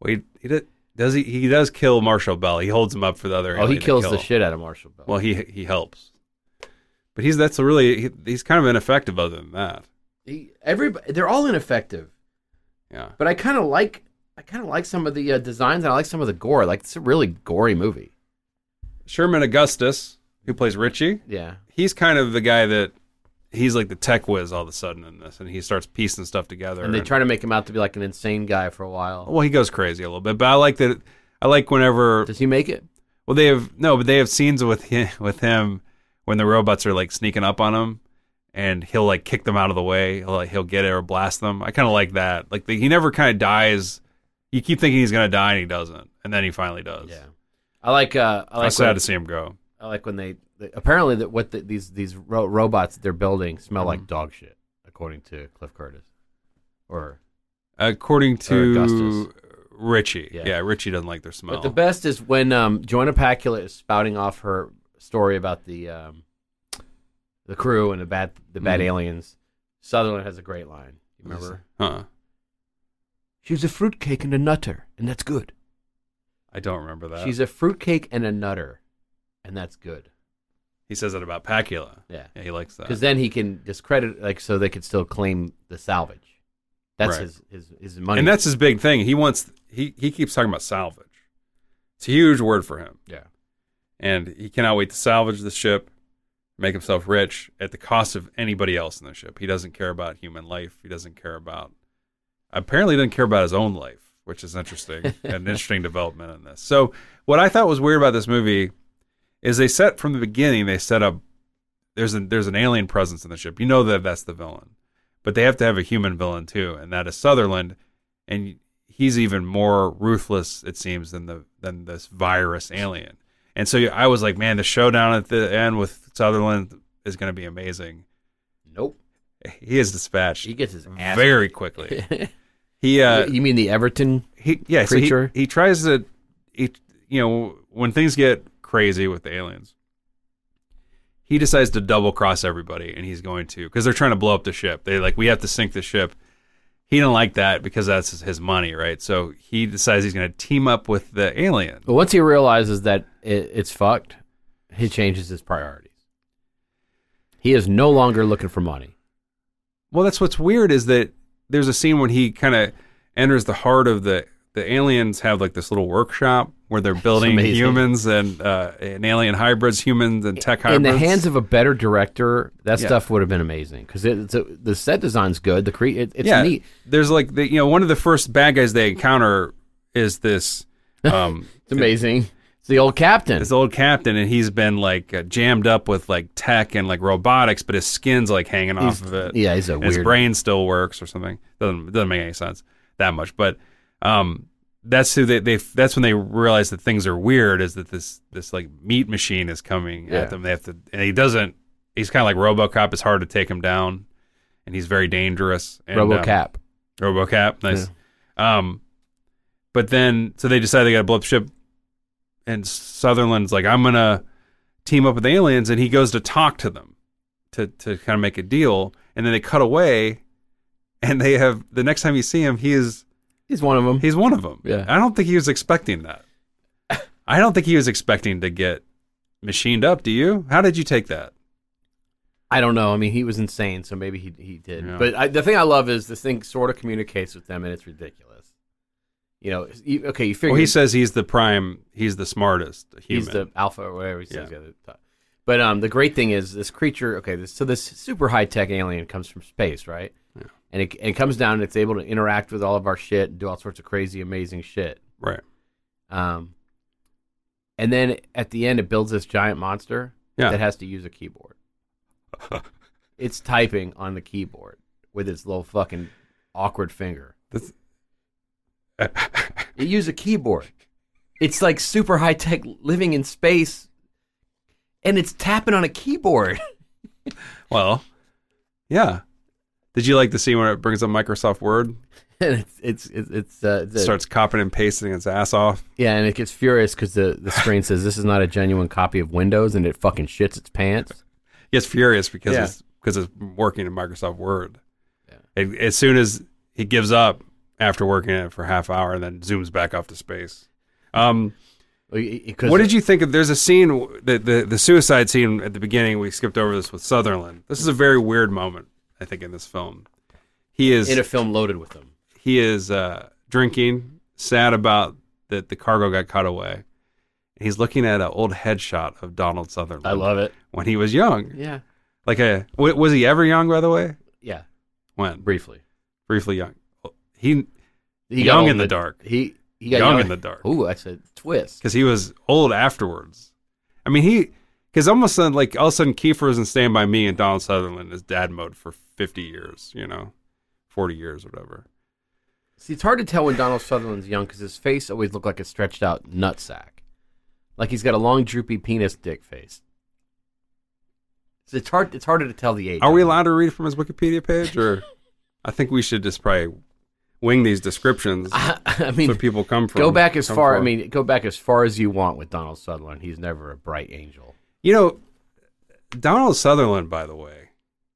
Wait, he did, does he? He does kill Marshall Bell. He holds him up for the other. oh, he alien to kills kill. the shit out of Marshall Bell. Well, he he helps, but he's that's really he, he's kind of ineffective other than that. he, everybody, they're all ineffective. Yeah, But I kind of like. I kind of like some of the uh, designs and I like some of the gore. Like it's a really gory movie. Sherman Augustus, who plays Richie, Yeah. he's kind of the guy that he's like the tech whiz all of a sudden in this, and he starts piecing stuff together. And they try to make him out to be like an insane guy for a while. Well, he goes crazy a little bit, but I like that. I like whenever Does he make it? Well, they have no, but they have scenes with him, with him when the robots are like sneaking up on him, and he'll like kick them out of the way. He'll like, he'll get it or blast them. I kind of like that. Like the, he never kind of dies. You keep thinking he's gonna die and he doesn't, and then he finally does. Yeah. I like. Uh, I I am like. sad When, to see him go. I like when they, they- apparently that what the, these these ro- robots that they're building smell like dog shit, according to Cliff Curtis. Or According to Augustus. Richie, yeah. Yeah. Richie doesn't like their smell. but the best is when um, Joanna Pacula is spouting off her story about the um, the crew and the bad the bad Mhm. aliens. Sutherland has a great line. You remember? Huh? She's a fruitcake and a nutter, and that's good. I don't remember that. She's a fruitcake and a nutter, and that's good. he says it about Pacula. Yeah. Yeah, he likes that. because then he can discredit like so they could still claim the salvage that's Right. his, his his money And that's his big thing. He wants he he keeps talking about salvage. It's a huge word for him. yeah and he cannot wait to salvage the ship, make himself rich at the cost of anybody else in the ship. He doesn't care about human life. He doesn't care about apparently doesn't care about his own life, which is interesting (laughs) an interesting development in this. So what I thought was weird about this movie is they set from the beginning they set up there's an there's an alien presence in the ship. You know that that's the villain, but they have to have a human villain too, and that is Sutherland, and he's even more ruthless it seems than the than this virus alien. And so I was like, man, the showdown at the end with Sutherland is going to be amazing. nope He is dispatched he gets his ass very quickly. (laughs) He uh, you mean the everton he yeah so he- Preacher. he, tries to he you know when things get crazy with the aliens he decides to double cross everybody and he's going to because they're trying to blow up the ship they like we have to sink the ship he didn't like that because that's his- his money right so he decides he's going to team up with the alien but once he realizes that it, it's fucked he changes his priorities he is no longer looking for money well that's what's weird is that there's a scene when he kind of enters the heart of the the aliens have like this little workshop where (laughs) they're building amazing. humans and uh, and alien hybrids, humans and tech in hybrids. the hands of a better director that Yeah. stuff would have been amazing because it, it's a, the set design's good the cre- it, it's neat There's like the you know one of the first bad guys they encounter (laughs) is this um it's amazing it's the old captain this old captain and he's been like uh, jammed up with like tech and like robotics, but his skin's like hanging off of it. yeah he's a And his weird brain still works or something. Doesn't doesn't make any sense that much, but um. That's who they, they. That's when they realize that things are weird. Is that this this like meat machine is coming Yeah. at them? They have to, and he doesn't. He's kind of like RoboCop. It's hard to take him down, and he's very dangerous. And, um, robocap RoboCap, nice. Um, But then, so they decide they got to blow up the ship, and Sutherland's like, "I'm gonna team up with the aliens," and he goes to talk to them to to kind of make a deal, and then they cut away, and they have the next time you see him, he is He's one of them. he's one of them. Yeah. I don't think he was expecting that. I don't think he was expecting to get machined up. Do you? How did you take that? I don't know. I mean, he was insane, so maybe he he did. Yeah. But I, the thing I love is this thing sort of communicates with them, and it's ridiculous. You know, it's- you, okay, you figure Well, he says he's the prime. He's the smartest human. he's the alpha or whatever he says. Yeah. the other time. But um, the great thing is this creature. Okay, this, so this super high tech alien comes from space, right? Yeah. And it and it comes down and it's able to interact with all of our shit and do all sorts of crazy, amazing shit. right. Um, and then at the end, it builds this giant monster Yeah. that has to use a (laughs) keyboard. it's typing on the keyboard with its little fucking awkward finger. That's- it used a keyboard. It's like super high tech living in space, and it's tapping on a keyboard. (laughs) Well, yeah. Did you like the scene where it brings up Microsoft Word, and it's it's it's, it's uh, the, starts copying and pasting its ass off? yeah, and it gets furious because the the screen says this is not a genuine copy of Windows, and it fucking shits its pants. He gets furious because Yeah. it's because it's working in Microsoft Word. Yeah. And as soon as he gives up after working in it for a half hour and then zooms back off to space. Um, Because what did you think of? There's a scene, w- the, the the suicide scene at the beginning. We skipped over this with Sutherland. This is a very weird moment, I think, in this film. He is in a film loaded with them? he is uh, drinking, sad about that the cargo got cut away. He's looking at an old headshot of Donald Sutherland I love it. when he was young. Yeah, Like a w- was he ever young? By the way, yeah. when Briefly, briefly young, he he Young old in the but dark. He he got Young in the dark. Ooh, that's a twist. because he was old afterwards. I mean, he because almost then, like all of a sudden, Kiefer isn't Stand by Me and Donald Sutherland is dad mode for fifty years, you know, forty years, whatever. See, it's hard to tell when Donald Sutherland's young because his face always looked like a stretched out nutsack. Like he's got a long, droopy penis dick face. So it's hard. It's harder to tell the age. (laughs) Are we allowed to read from his Wikipedia page, or I think we should just probably wing these descriptions I, I so mean, people come from. go back as come far. I from. mean, go back as far as you want with Donald Sutherland. He's never a bright angel. you know, Donald Sutherland. By the way,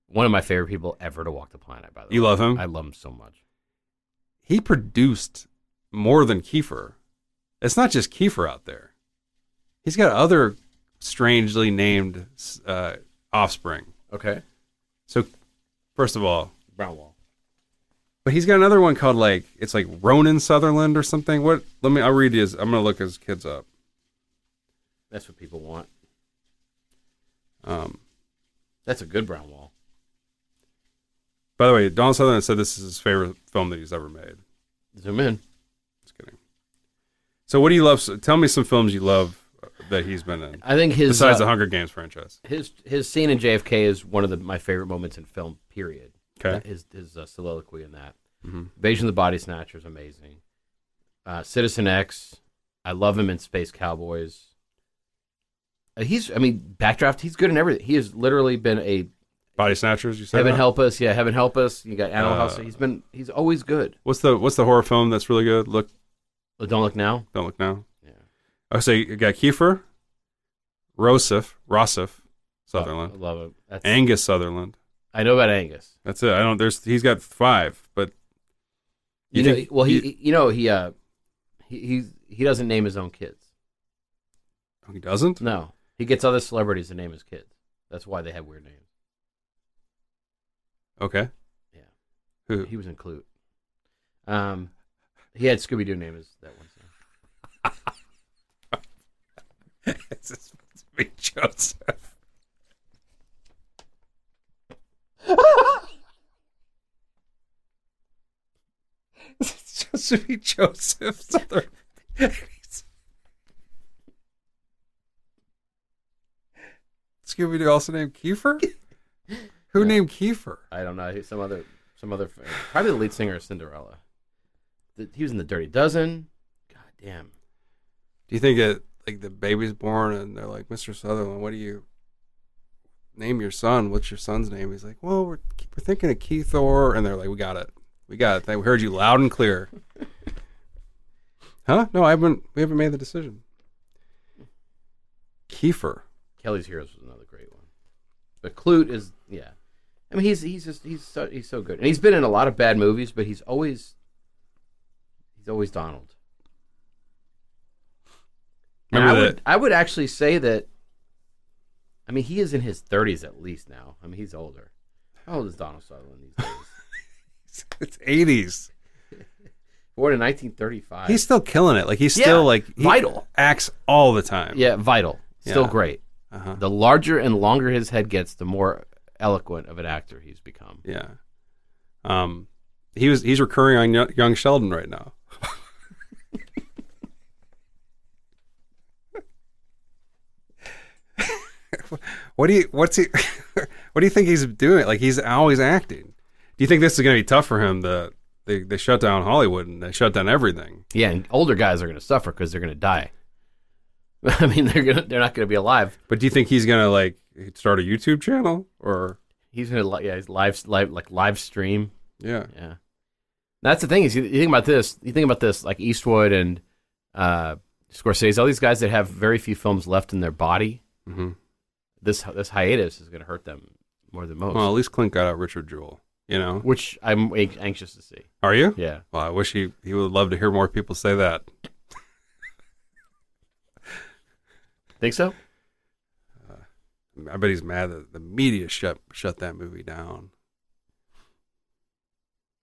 One of my favorite people ever to walk the planet. By the you way, love him. I love him so much. he produced more than Kiefer. It's not just Kiefer out there. He's got other strangely named uh, offspring. Okay, So, first of all, Brownwall. but he's got another one called like it's like Ronan Sutherland or something. What? Let me. I'll read his. I'm gonna look his kids up. That's what people want. Um, That's a good Brownwall. by the way, Donald Sutherland said this is his favorite film that he's ever made. Zoom in. Just kidding. So, what do you love? Tell me some films you love that he's been in I think his besides uh, the Hunger Games franchise. his his scene in JFK is one of the, my favorite moments in film. Period. Okay. His his uh, soliloquy in that Mhm. Invasion of the Body Snatcher is amazing. Uh, Citizen X, I love him in Space Cowboys. Uh, he's I mean Backdraft. He's good in everything. He has literally been a Body Snatchers. You said Heaven that? Help Us. Yeah, Heaven Help Us. You got Animal Uh, House. He's been he's always good. What's the what's the horror film that's really good? Look, But Don't look now. don't look now. Yeah. Oh, so you got Kiefer, Rossif, Rossif, Sutherland, I love him. Oh, That's, Angus Sutherland. I know about Angus. That's it. I don't. There's he's got five, but You, You know, think- well he, you- he- you know he uh he he's, he doesn't name his own kids. oh, he doesn't. No, he gets other celebrities to name his kids. That's why they have weird names. (laughs) Okay. Yeah. Who? He was in Clute. Um, he had Scooby Doo name as that one. It's supposed to be Joseph. it's supposed to be Joseph Sutherland. Scooby Doo also named Kiefer. (laughs) Who Yeah. named Kiefer? I don't know. Some other, some other, probably the lead singer of Cinderella. The- He was in the Dirty Dozen. God damn. Do you think that like the baby's born and they're like, Mr. Sutherland, what do you name your son? What's your son's name? He's like, Well, we're we're thinking (laughs) of Keith Thor, and they're like, We got it, we got it. They- We heard you loud and clear. Huh? No, I haven't. We haven't made the decision. Kiefer. Kelly's Heroes was another great one. But Clute is yeah. I mean he's he's just he's so he's so good. And he's been in a lot of bad movies, but he's always he's always Donald. And I Remember would I would actually say that I mean he is in his thirties at least now. I mean he's older. How old is Donald Sutherland these (laughs) days? that? It's eighties. Born in nineteen thirty five. He's still killing it. Like he's Yeah, still like he vital. Acts all the time. yeah, vital. Still Yeah. great. Uh-huh. The larger and longer his head gets, the more eloquent of an actor he's become. Yeah. Um, he was he's recurring on Yo- Young Sheldon right now. (laughs) what do you what's he (laughs) what do you think he's doing? Like he's always acting. Do you think this is going to be tough for him? The they, they shut down Hollywood and they shut down everything. Yeah, and older guys are going to suffer because they're going to die. (laughs) I mean, they're gonna, they're not going to be alive. But do you think he's going to like start a YouTube channel or He's going to li- yeah, he's live live like live stream. yeah? Yeah, that's the thing is you, you think about this. You think about this like Eastwood and uh, Scorsese, all these guys that have very few films left in their body. Mm-hmm. This this hiatus is going to hurt them more than most, Well, at least Clint got out Richard Jewell. You know, which I'm a- anxious to see. are you? Yeah, Well, I wish he, he would love to hear more people say that. think so. I bet he's mad that the media shut shut that movie down.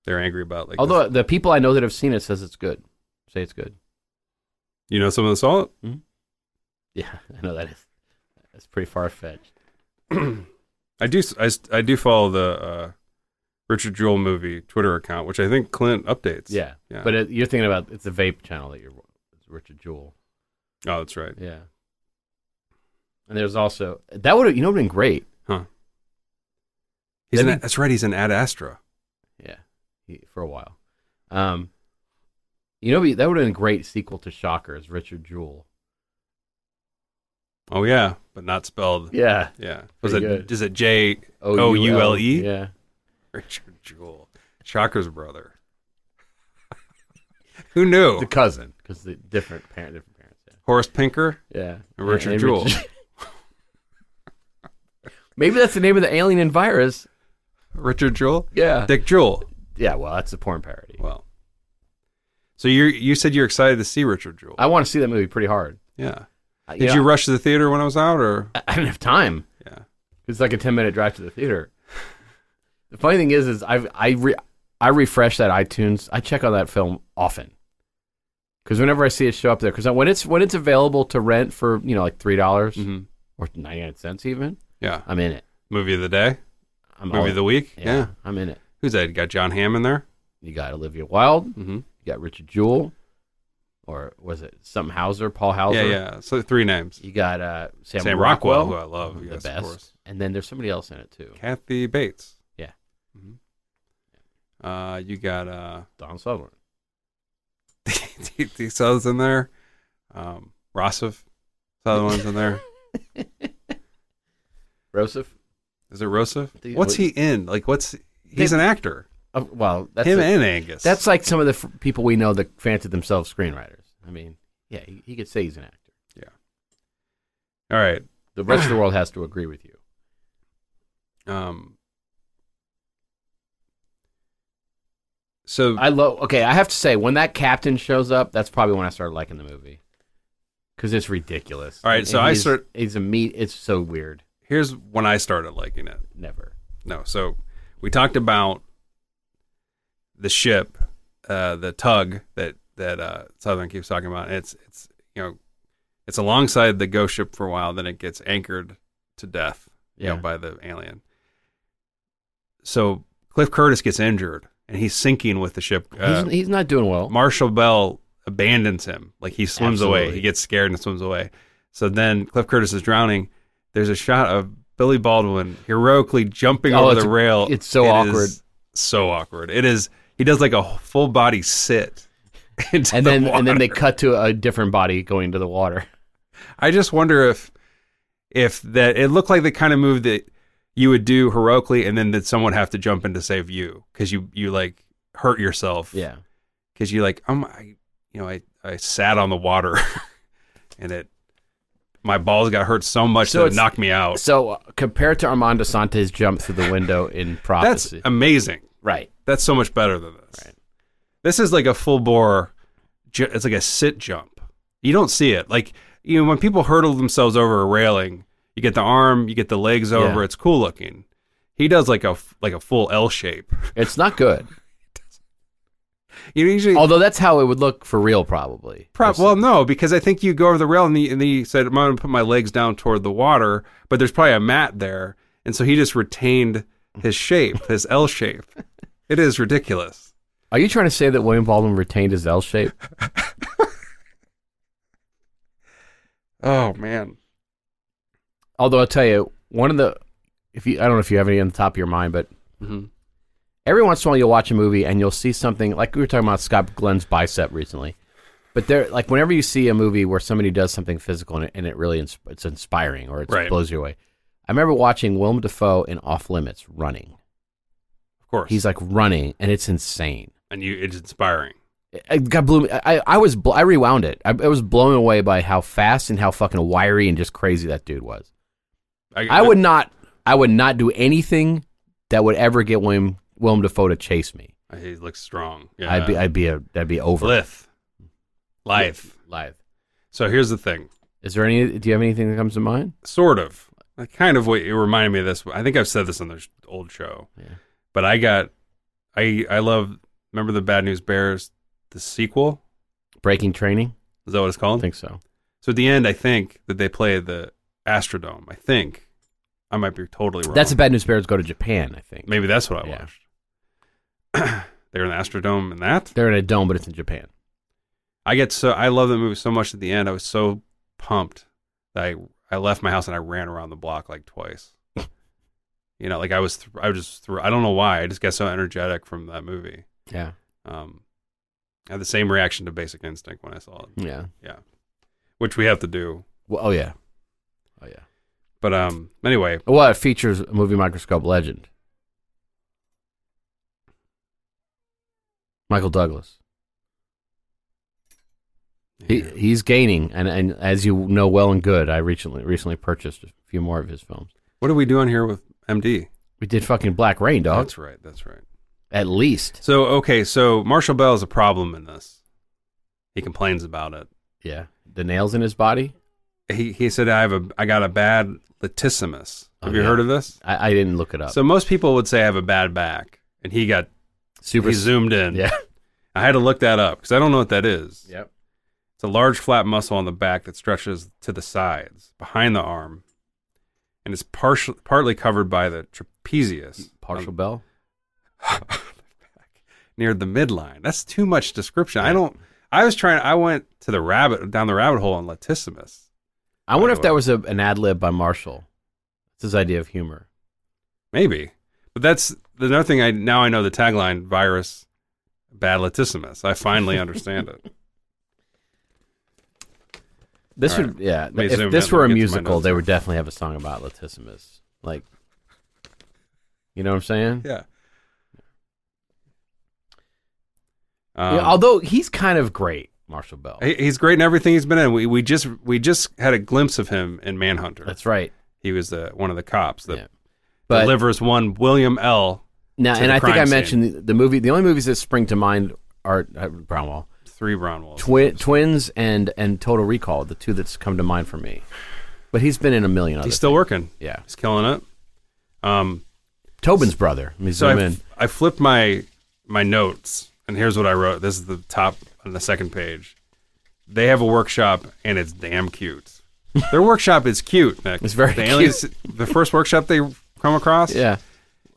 They're angry about like. Although this- the people I know that have seen it says it's good, say it's good. you know, someone that saw it. Yeah, (laughs) I know that is that's pretty far fetched. I do s- I, s- I do follow the uh, Richard Jewell movie Twitter account, which I think Clint updates. Yeah, yeah. But it, you're thinking about it's a vape channel that you're it's Richard Jewell. oh, that's right. Yeah. And there's also that would have you know would've been great. He's Then an, he- that's right. He's an Ad Astra. Yeah, he- for a while. Um, you know that would have been a great sequel to Shocker is Richard Jewell. Oh yeah, but not spelled. Yeah. Yeah, was Pretty it good. is it J O U L E? Yeah. (laughs) Richard Jewell, Shocker's brother. (laughs) Who knew? The cousin because the different parent, different parents. Yeah. Horace Pinker. Yeah. And Richard and Jewell. (laughs) Maybe that's the name of the alien and virus. Richard Jewell? Yeah. Dick Jewell. yeah. Well, that's a porn parody. Well. So you you said you're excited to see Richard Jewell. I want to see that movie pretty hard. yeah. I- Did you know, rush to the theater when I was out or I I didn't have time. yeah. It's like a ten minute drive to the theater. The funny thing is, is I've I re, I refresh that iTunes. I check on that film often because whenever I see it show up there, because when it's when it's available to rent for you know like three dollars Mm-hmm. or ninety nine cents even, Yeah. I'm in it. Movie of the day? I'm all Movie in. of the week? yeah, I'm in it. Who's that? You got John Hamm in there? You got Olivia Wilde. Mm-hmm. You got Richard Jewell, or was it some Hauser, Paul Hauser? Yeah, yeah. So three names. You got uh, Sam, Sam Rockwell, Rockwell, who I love, the yes, of best. course. And then there's somebody else in it too. Kathy Bates. Yeah. hmm Uh you got uh (laughs) Don Sutherland. D South's in there. Um Rossif. Sutherland's in there. Rosef. Is it Rossif? The- What's he in? Like what's he's They- an actor. Uh, well, that's Him a- and Angus. That's like some of the f- people we know that fancy themselves screenwriters. I mean, yeah, he, he could say he's an actor. all right. The rest of the world has to agree with you. Um, so I love. Okay, I have to say, when that captain shows up, that's probably when I started liking the movie because it's ridiculous. All right, And- so and I he's- start- He's a meat. It's so weird. here's when I started liking it. Never. No, so we talked about the ship, uh, the tug that that uh, Southern keeps talking about. It's it's you know it's alongside the ghost ship for a while, then it gets anchored to death, you know, Yeah. by the alien. So Cliff Curtis gets injured, and he's sinking with the ship. uh, he's, he's not doing well. Marshall Bell abandons him. Like he swims away. Absolutely. He gets scared and swims away. So then Cliff Curtis is drowning. There's a shot of Billy Baldwin heroically jumping Oh, over it's- the rail. it's so awkward. is so awkward. It is. He does like a full body sit. (laughs) Into and the then and then they water. cut to a different body going to the (laughs) water. I just wonder if if that it looked like the kind of move that you would do heroically, and then that someone have to jump in to save you because you you like hurt yourself. Yeah. because you like um I you know, I, I sat on the water (laughs) and it, my balls got hurt so much So that it it's- knocked me out. So uh, compared to Armando Sante's jump through the window in That's prophecy, amazing. right? That's so much better than this. This is like a full bore. ju- It's like a sit jump. You don't see it. Like you know, when people hurdle themselves over a railing, you get the arm, you get the legs over. Yeah. It's cool looking. He does like a f- like a full L shape. It's not good. You usually Although that's how it would look for real, probably. Prob- well, no, because I think you go over the rail and he, and he said, I'm going to put my legs down toward the water, but there's probably a mat there. And so he just retained his shape, his L shape. It is ridiculous. Are you trying to say that William Baldwin retained his L shape? (laughs) Oh, man. Although I'll tell you, one of the if you I don't know if you have any on the top of your mind, but Mhm. every once in a while you'll watch a movie and you'll see something like we were talking about Scott Glenn's bicep recently. But there, like whenever you see a movie where somebody does something physical and it, and it really ins- it's inspiring or it Right. blows you away. I remember watching Willem Dafoe in Off Limits running. Of course. He's like running, and it's insane. and you, it's inspiring. It- It got blew. me- I I was bl- I rewound it. I, I was blown away by how fast and how fucking wiry and just crazy that dude was. I would not. I would not do anything that would ever get William Willem Dafoe to chase me. He looks strong. Yeah. I'd be. I'd be a. That'd be over. Lith. Life. Live. So here's the thing Is there any? Do you have anything that comes to mind? sort of. I kind of what it reminded me of this. I think I've said this on the sh- old show, Yeah. but I got, I I love. Remember the Bad News Bears, the sequel. Breaking training. Is that what it's I called? don't think so. So at the end, I think that they play the Astrodome. I think I might be totally wrong. That's the bad news. Bears go to Japan. I think Maybe that's what I Yeah. watched. (clears throat) They're in the Astrodome, and that they're in a dome, but it's in Japan. I get so I love the movie so much. At the end, I was so pumped that I I left my house and I ran around the block like twice. (laughs) you know, like I was th- I was just through. I don't know why. I just got so energetic from that movie. Yeah. Um, I had the same reaction to Basic Instinct when I saw it, Yeah. which we have to do. Well, oh yeah. Oh yeah. But um, anyway, Well, it features a movie microscope legend. Michael Douglas. He, yeah. he's gaining, and, and as you know well and good, I recently recently purchased a few more of his films. what are we doing here with MD? We did fucking Black Rain, dog. That's right. That's right. At least, So okay, so Marshall Bell is a problem in this. He complains about it. yeah. The nails in his body. He he said I have a I got a bad latissimus. Have Oh, you yeah. heard of this? I, I didn't look it up. So most people would say I have a bad back, and he got Super. he zoomed in. yeah. I had to look that up because I don't know what that is. Yep. It's a large flat muscle on the back that stretches to the sides behind the arm, and it's partial, partly covered by the trapezius Partial on- bell. (laughs) near the midline. That's too much description. I don't. I was trying. I went to the rabbit down the rabbit hole on latissimus. I wonder by if the that way. was a, an ad lib by Marshall. It's his idea of humor. Maybe. But that's another thing I now I know the tagline virus bad latissimus. I finally (laughs) understand it. This All would, yeah. me zoom If this in were a and get to my musical, notes they here. would definitely have a song about latissimus. Like, you know what I'm saying? Yeah. Yeah, Um, although he's kind of great, Marshall Bell. he- he's great in everything he's been in. We we just we just had a glimpse of him in Manhunter. That's right. he was the one of the cops that yeah. But delivers one William L. Now, to and the I think crime I scene. mentioned the, the movie. The only movies that spring to mind are uh, Brownwall, Three Brown Walls. Twi- Twins, and and Total Recall. The two that's come to mind for me. But he's been in a million other. he's still working. yeah. He's killing it. Um, Tobin's brother. Let me so zoom I, in. f- I flipped my my notes and here's what I wrote. This is the top on the second page. They have a workshop and it's (laughs) damn cute. Their workshop is cute. Nick. It's very the aliens- the first workshop they come across. Yeah,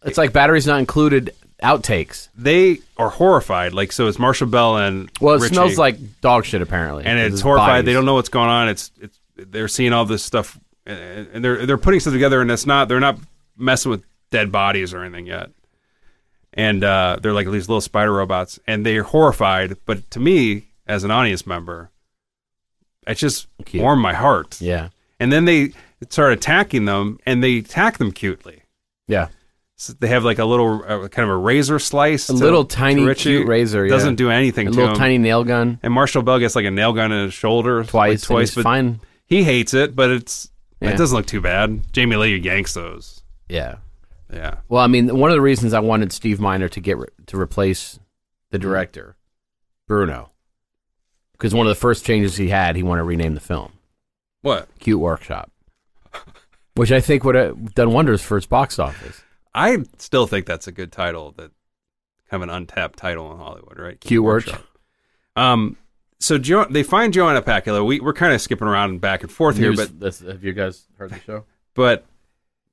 it's like batteries not included outtakes. they are horrified. Like so, it's Marshall Bell and Well, it Richie, smells like dog shit apparently, and 'cause it's his horrified. They bodies- don't know what's going on. It's it's they're seeing all this stuff, and and they're they're putting stuff together, and it's not they're not messing with dead bodies or anything yet. And uh, they're like these little spider robots, and they're horrified. But to me, as an audience member, it just Cute. warmed my heart. Yeah, And then they start attacking them, and they attack them cutely. yeah. So they have like a little uh, kind of a razor slice, A to- little to tiny Richie. cute razor. yeah. Doesn't do anything a to little him. tiny nail gun and Marshall Bell gets like a nail gun in his shoulder twice. like, and twice, he's but fine. he hates it. But it's Yeah. it doesn't look too bad. Jamie Lee yanks those. Yeah. Yeah, Well, I mean, one of the reasons I wanted Steve Miner to get re- to replace the Mm-hmm. director, Bruno, because one of the first changes he had, he wanted to rename the film what? "Cute (laughs) Workshop," which I think would have done wonders for its box office. I still think that's a good title. That kind of an untapped title in Hollywood, right? Cute Workshop. Um, so jo- they find Joanna Pacula. We we're kind of skipping around and back and forth here, News- but that's- have you guys heard the (laughs) show? but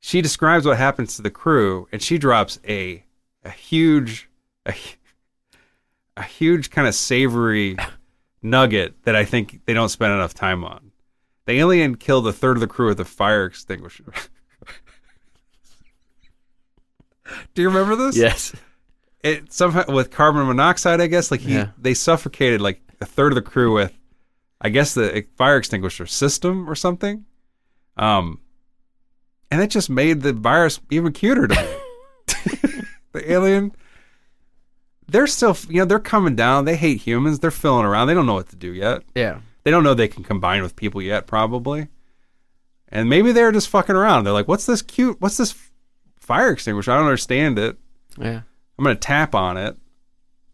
she describes what happens to the crew, and she drops a a huge a, hu- a huge kind of savory nugget that I think they don't spend enough time on. The alien killed a third of the crew with a fire extinguisher. (laughs) Do you remember this? Yes. it somehow with carbon monoxide, I guess. Like he, Yeah. they suffocated like a third of the crew with, I guess the fire extinguisher system or something. Um, and that just made the virus even cuter to me. the alien, they're still, you know, they're coming down. They hate humans. They're filling around. They don't know what to do yet. Yeah. They don't know they can combine with people yet, probably. And maybe they're just fucking around. They're like, "What's this cute? What's this fire extinguisher? I don't understand it." Yeah. I'm gonna tap on it,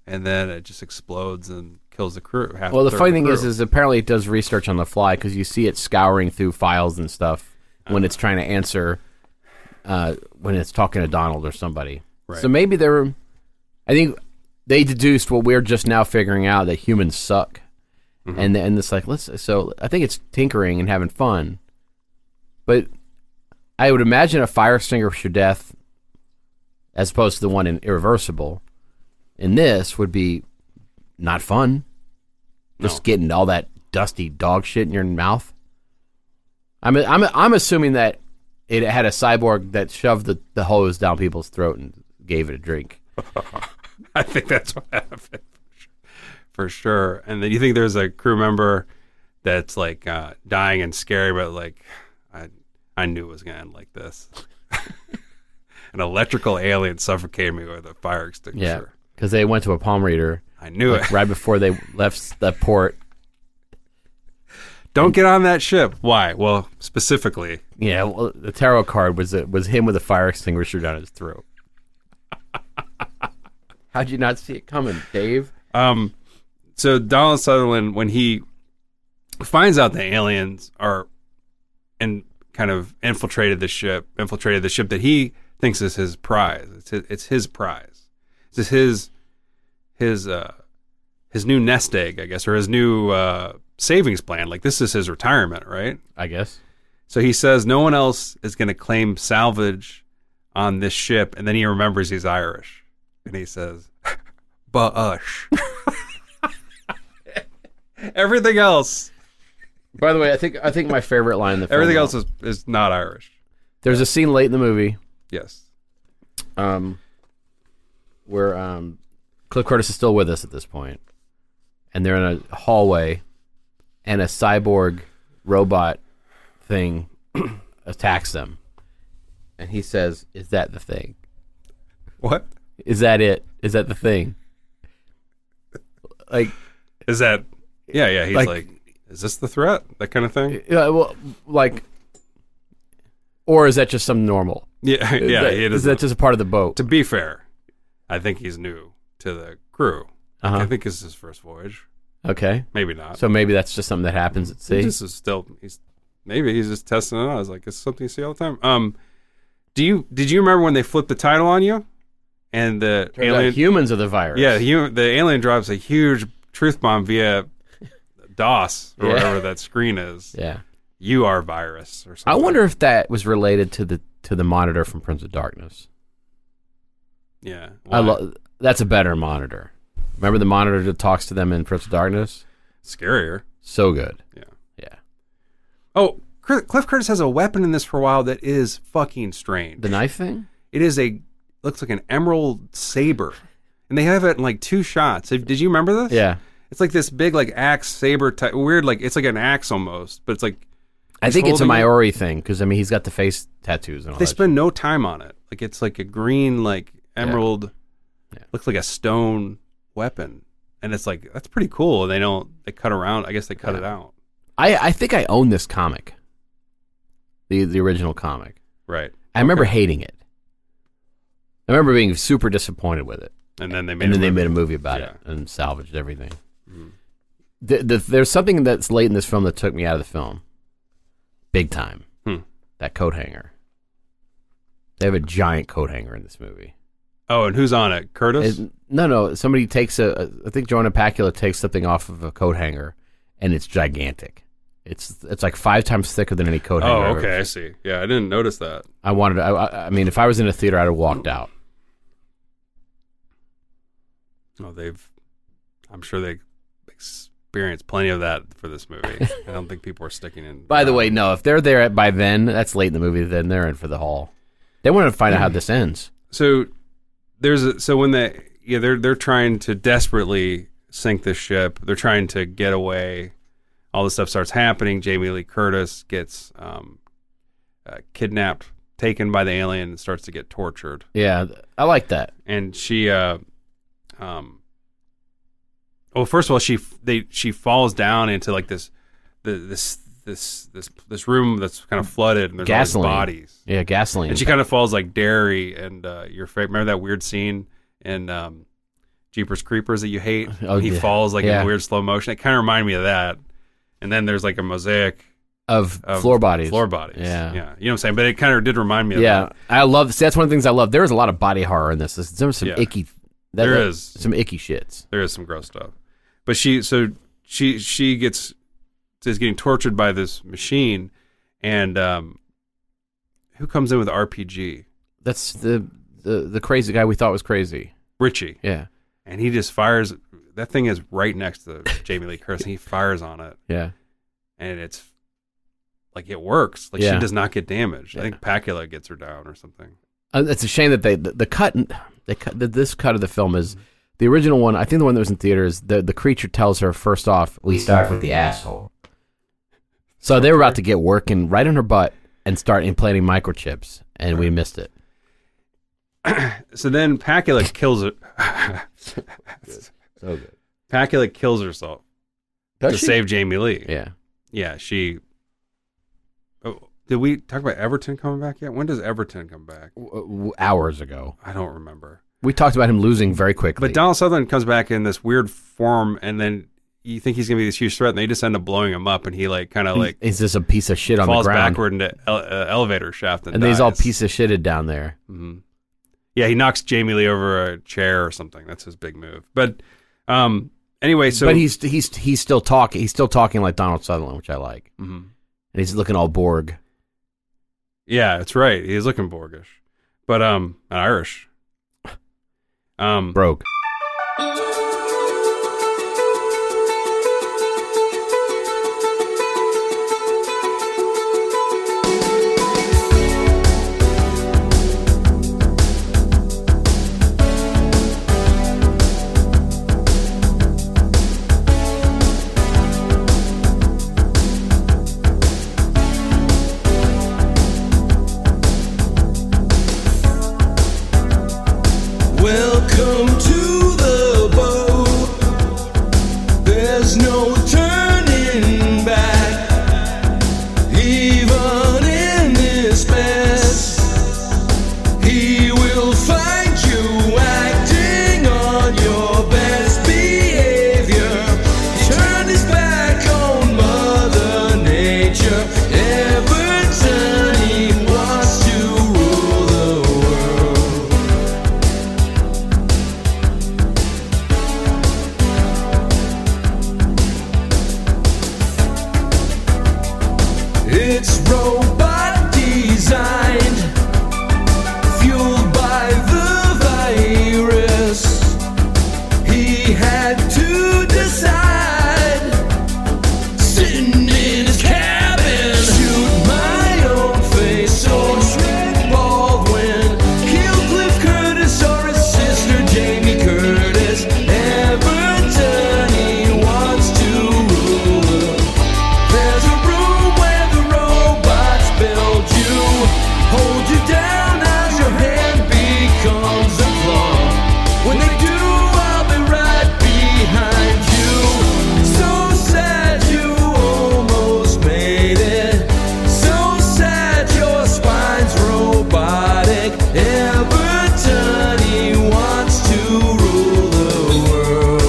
and then it just explodes and kills the crew. Half Well, the third funny of thing is, crew. is apparently it does research on the fly because you see it scouring through files and stuff when Uh-huh. it's trying to answer, uh, when it's talking to Donald or somebody. Right. So maybe they're, I think they deduced what we're just now figuring out that humans suck, Mm-hmm. and and it's like let's. So I think it's tinkering and having fun, but I would imagine a fire extinguisher death, as opposed to the one in Irreversible, in this would be not fun. Just getting all that dusty dog shit in your mouth. I'm I'm I'm assuming that it had a cyborg that shoved the, the hose down people's throat and gave it a drink. (laughs) I think that's what happened for sure. And then you think there's a crew member that's like uh, dying and scary, but like I, I knew it was gonna end like this. (laughs) An electrical alien suffocated me with a fire Yeah, extinguisher. because they went to a palm reader I knew it. right before they (laughs) left the port. Don't get on that ship. Why? Well, specifically, Yeah, well, the tarot card was a, was him with a fire extinguisher down his throat. (laughs) How'd you not see it coming, Dave? Um, so Donald Sutherland, when he finds out the aliens are and kind of infiltrated the ship, infiltrated the ship that he thinks is his prize. It's his, it's his prize. It's his his uh his new nest egg, I guess, or his new uh savings plan. Like this is his retirement, right? I guess. So he says no one else is going to claim salvage on this ship, and then he remembers he's Irish, and he says, (laughs) "Bush." (laughs) everything else, By the way, I think I think my favorite line in the film. everything though- else is, is not Irish. There's a scene late in the movie Yes, um, where um, Cliff Curtis is still with us at this point, and they're in a hallway, and a cyborg robot thing (clears throat) attacks them, and he says, "Is that the thing? what Is that it? Is that the thing?" Like, is that? Yeah, yeah. He's Like- like, "Is this the threat?" That kind of thing. yeah, well, like, or is that just some normal? Yeah, (laughs) Is yeah. that- it is is. that just a part of the boat? to be fair, I think he's new to the crew. Uh-huh. I think this is his first voyage. Okay, Maybe not. so maybe that's just something that happens at sea. This is still he's maybe he's just testing it out. I was like, it's something you see all the time. Um, do you did you remember when they flipped the title on you and the Turns out alien? humans are the virus. yeah, hu- the alien drops a huge truth bomb via DOS or Yeah. whatever that screen is. yeah. You are virus or something. I wonder if that was related to the to the monitor from Prince of Darkness. Yeah, I why? lo- that's a better monitor. Remember the monitor that talks to them in Prince of Darkness? scarier. So good. Yeah. Yeah. Oh, Cl- Cliff Curtis has a weapon in this for a while that is fucking strange. The knife thing? It is a looks like an emerald saber, and they have it in like two shots. Did did you remember this? Yeah. It's like this big like axe saber type weird like it's like an axe almost, but it's like I think it's a holding it. Maori thing because I mean he's got the face tattoos and all They that. spend no time on it. Like it's like a green, like emerald, Yeah. looks like a stone weapon, and it's like that's pretty cool. And they don't they cut around. I guess they cut Yeah. it out. I I think I own this comic, the the original comic. Right. I remember hating it. I remember being super disappointed with it, And then they made and then a they movie. made a movie about it Yeah. Mm. and salvaged everything. The, the, there's something that's late in this film that took me out of the film, big time. Hmm. That coat hanger. They have a giant coat hanger in this movie. Oh, and who's on it? Curtis. It- no, no. Somebody takes a. I think Joanna Pacula takes something off of a coat hanger, and it's gigantic. It's it's like five times thicker than any coat oh, hanger. I've okay. ever- I see. Yeah, I didn't notice that. I wanted. I- I, I mean, if I was in a theater, I'd have walked out. Oh, they've. I'm sure they experienced plenty of that for (laughs) this movie. I don't think people are sticking in. By the way, no. If they're there at, by then, that's late in the movie. Then they're in for the haul. They want to find out how this ends. so there's a, so when they yeah they're they're trying to desperately sink the ship. They're trying to get away. All this stuff starts happening. Jamie Lee Curtis gets um, uh, kidnapped, taken by the alien, and starts to get tortured. Yeah, I like that. and she uh um well first of all she they she falls down into like this the this this this this room that's kind of flooded and there's Gasoline. all these bodies Yeah, gasoline. and she kind of falls like dairy and uh your fa- remember that weird scene in um Jeepers Creepers that you hate Oh, he yeah. falls like Yeah. in weird slow motion it kind of reminded me of that and then there's like a mosaic of, of floor bodies. floor bodies Yeah. yeah you know what I'm saying but it kind of did remind me Yeah, of that. I love. See, that's one of the things I love. There is a lot of body horror in this. There's, there's some Yeah. icky. That, There that- is. some icky shits. there is some gross stuff. But she so she she gets is getting tortured by this machine, and um, who comes in with RPG That's the, the the crazy guy we thought was crazy. Richie, Yeah, and he just fires. That thing is right next to Jamie Lee Curtis. and he fires on it, yeah. and it's like it works. Like Yeah. she does not get damaged. Yeah. I think Pacula gets her down or something. Uh, it's a shame that they the, the cut they cut the, this cut of the film is the original one. I think the one that was in theaters. The the creature tells her first off, we start with the asshole. So they were about to get working right in her butt and start implanting microchips, and we missed it. So then Pacula kills her. (laughs) So good. Pacula kills herself to save Jamie Lee. Yeah. yeah, she. Oh, did we talk about Everton coming back yet? When does Everton come back? W- w- hours ago, I don't remember. we talked about him losing very quickly. But Donald Sutherland comes back in this weird form, and then you think he's going to be this huge threat, and they just end up blowing him up, and he like kind of like is this a piece of shit on the falls ground? backward into ele- uh, elevator shaft, and, and then he's all dies. piece of shitted down there. Mhm. Yeah, he knocks Jamie Lee over a chair or something. That's his big move. But um, anyway, so but he's he's he's still talking. He's still talking like Donald Sutherland, which I like. Mhm. And he's looking all Borg. yeah, that's right. He's looking Borgish, but um, not Irish. Um, Broke. Welcome to the boat. There's no turning back. Even in this mess, he will find you acting on your best behavior. He turned his back on Mother Nature. Every time he wants to rule the world. hold you down as your hand becomes a claw. When they do, I'll be right behind you. So sad you almost made it. So sad your spine's robotic. Everton, he wants to rule the world.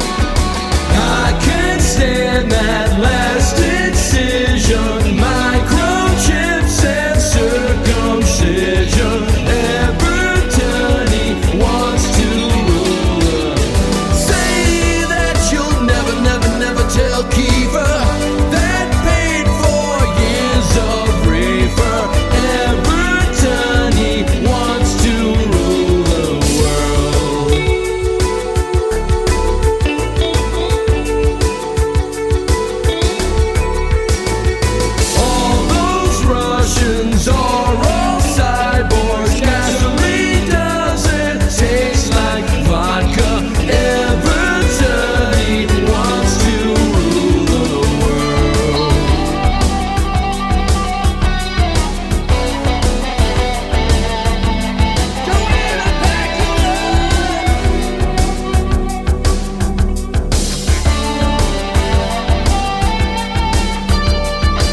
I can't stand that last incision. Microchip and circumcision. Everybody wants to rule. Say that you'll never, never, never tell Kiefer that paid for years of reefer. Everybody wants to rule the world. All those Russians are all cyborgs. Gasoline doesn't taste like vodka. Everybody wants to rule the world. Go in and pack your lunch.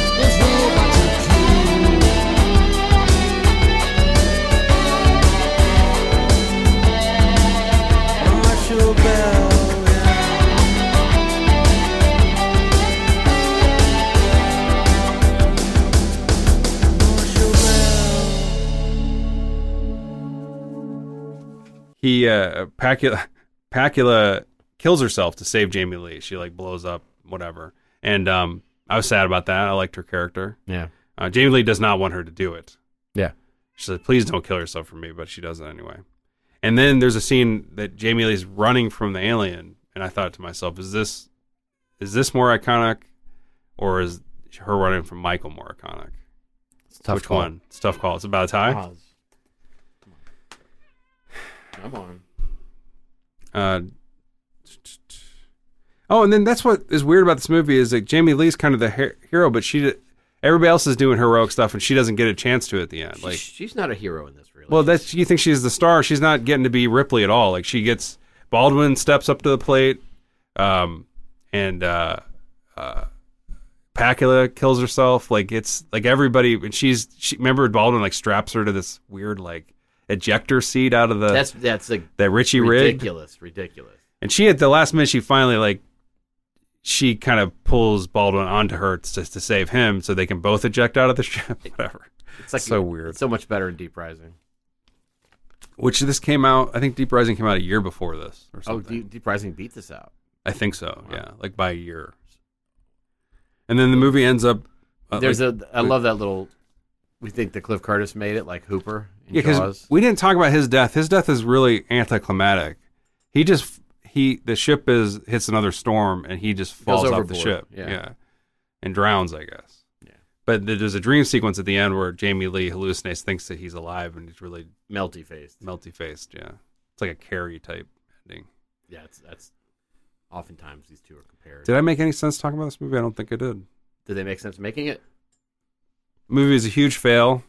There's robots are cool. Marshall Bell. Marshall Bell. He uh, Pacula, Pacula kills herself to save Jamie Lee. She like blows up, whatever. And um, I was sad about that. I liked her character. Yeah. Uh, Jamie Lee does not want her to do it. Yeah. She said, "Please don't kill yourself for me," but she does it anyway. And then there's a scene that Jamie Lee's running from the alien, and I thought to myself, "Is this is this more iconic, or is her running from Michael more iconic? It's a tough Which call. one? It's a tough call. It's about a tie. Oz. Come on. (sighs) Uh, oh, and then that's what is weird about this movie is like Jamie Lee's kind of the her- hero, but she everybody else is doing heroic stuff, and she doesn't get a chance to at the end. Like She's- she's not a hero in this, really. Well, that's you think she's the star. She's not getting to be Ripley at all. Like she gets Baldwin steps up to the plate, um, and uh, uh, Pacula kills herself. Like it's like everybody. And she's she remember Baldwin like straps her to this weird like ejector seat out of the that's that's like that Richie rig, ridiculous, ridiculous. and she at the last minute she finally like she kind of pulls Baldwin onto her to, to save him so they can both eject out of the (laughs) ship. Whatever. It's like So weird. it's so Oh, much better in Deep Rising. Which this came out. I think Deep Rising came out a year before this or Oh, something. Deep, Deep Rising beat this out. I think so. Yeah, like by a year. And then the movie ends up. Uh, There's like- a. I love that little. We think that Cliff Curtis made it, like Hooper. In yeah, because Jaws. we didn't talk about his death. His death is really anticlimactic. He just he the ship is hits another storm and he just falls off the overboard, ship. yeah. and drowns, I guess. Yeah. But th- there's a dream sequence at the end where Jamie Lee hallucinates, thinks that he's alive, and he's really melty faced. melty faced. Yeah, it's like a Carrie type ending. Yeah, it's, that's oftentimes these two are compared. Did I make any sense talking about this movie? I don't think I did. Did they make sense making it? Movie is a huge fail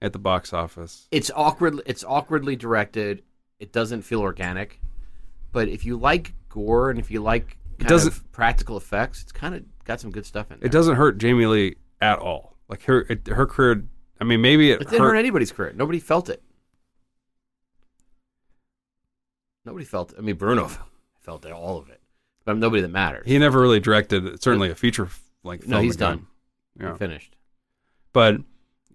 at the box office. It's awkward. It's awkwardly directed. It doesn't feel organic. But if you like gore and if you like kind doesn't- of practical effects, it's kind of got some good stuff in there. it doesn't hurt Jamie Lee at all. Like her, it, her career. I mean, maybe it, It didn't hurt. hurt anybody's career. Nobody felt it. Nobody felt. I mean, Bruno (laughs) felt it, all of it, but nobody that matters. he never really directed. Certainly a feature like. no, film he's again. done. Yeah. Finished. But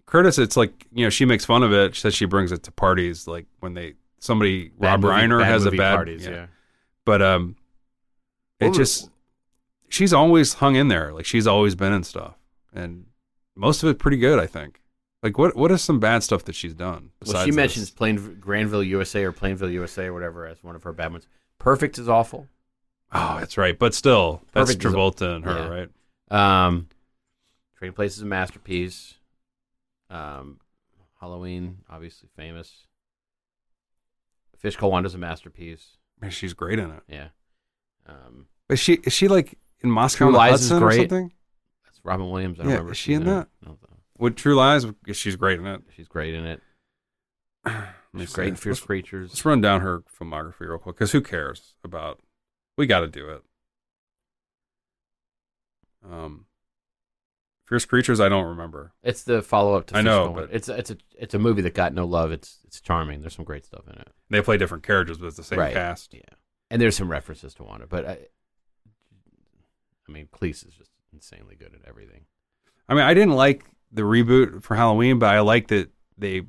Curtis, it's like you know she makes fun of it. She says she brings it to parties, like when they somebody Rob movie- Reiner bad has a movie bad parties. yeah. but um, it What was- just she's always hung in there. Like she's always been in stuff, and most of it pretty good, I think. Like what what is some bad stuff that she's done? Well, Besides she this? mentions Plain Granville USA or Plainville USA or whatever as one of her bad ones. Perfect is awful. Oh, that's right. But still, that's Perfect is- Travolta and her, yeah. right? Um, Trading Place is a masterpiece. Um, Halloween, obviously famous. Fish Called Wanda's a masterpiece. Man, she's great in it. Yeah. Um, Is she is she like in Moscow True on the Lies is Hudson great. or something? that's Robin Williams. I don't Yeah, remember. is if she she's in that? It. I don't know. With True Lies, she's great in it. She's great in it. (clears throat) Let me She's see. great in Fierce Let's- Creatures. Let's run down her filmography real quick, because who cares about? We got to do it. Um, Fierce Creatures, I don't remember. It's the follow up to. I Fish know, Called Wanda. but- it's it's a it's a movie that got no love. It's it's charming. There's some great stuff in it. They play different characters, but it's the same Right. cast. Yeah, and there's some references to Wanda, but I, I mean, Cleese is just insanely good at everything. I mean, I didn't like the reboot for Halloween, but I liked that they,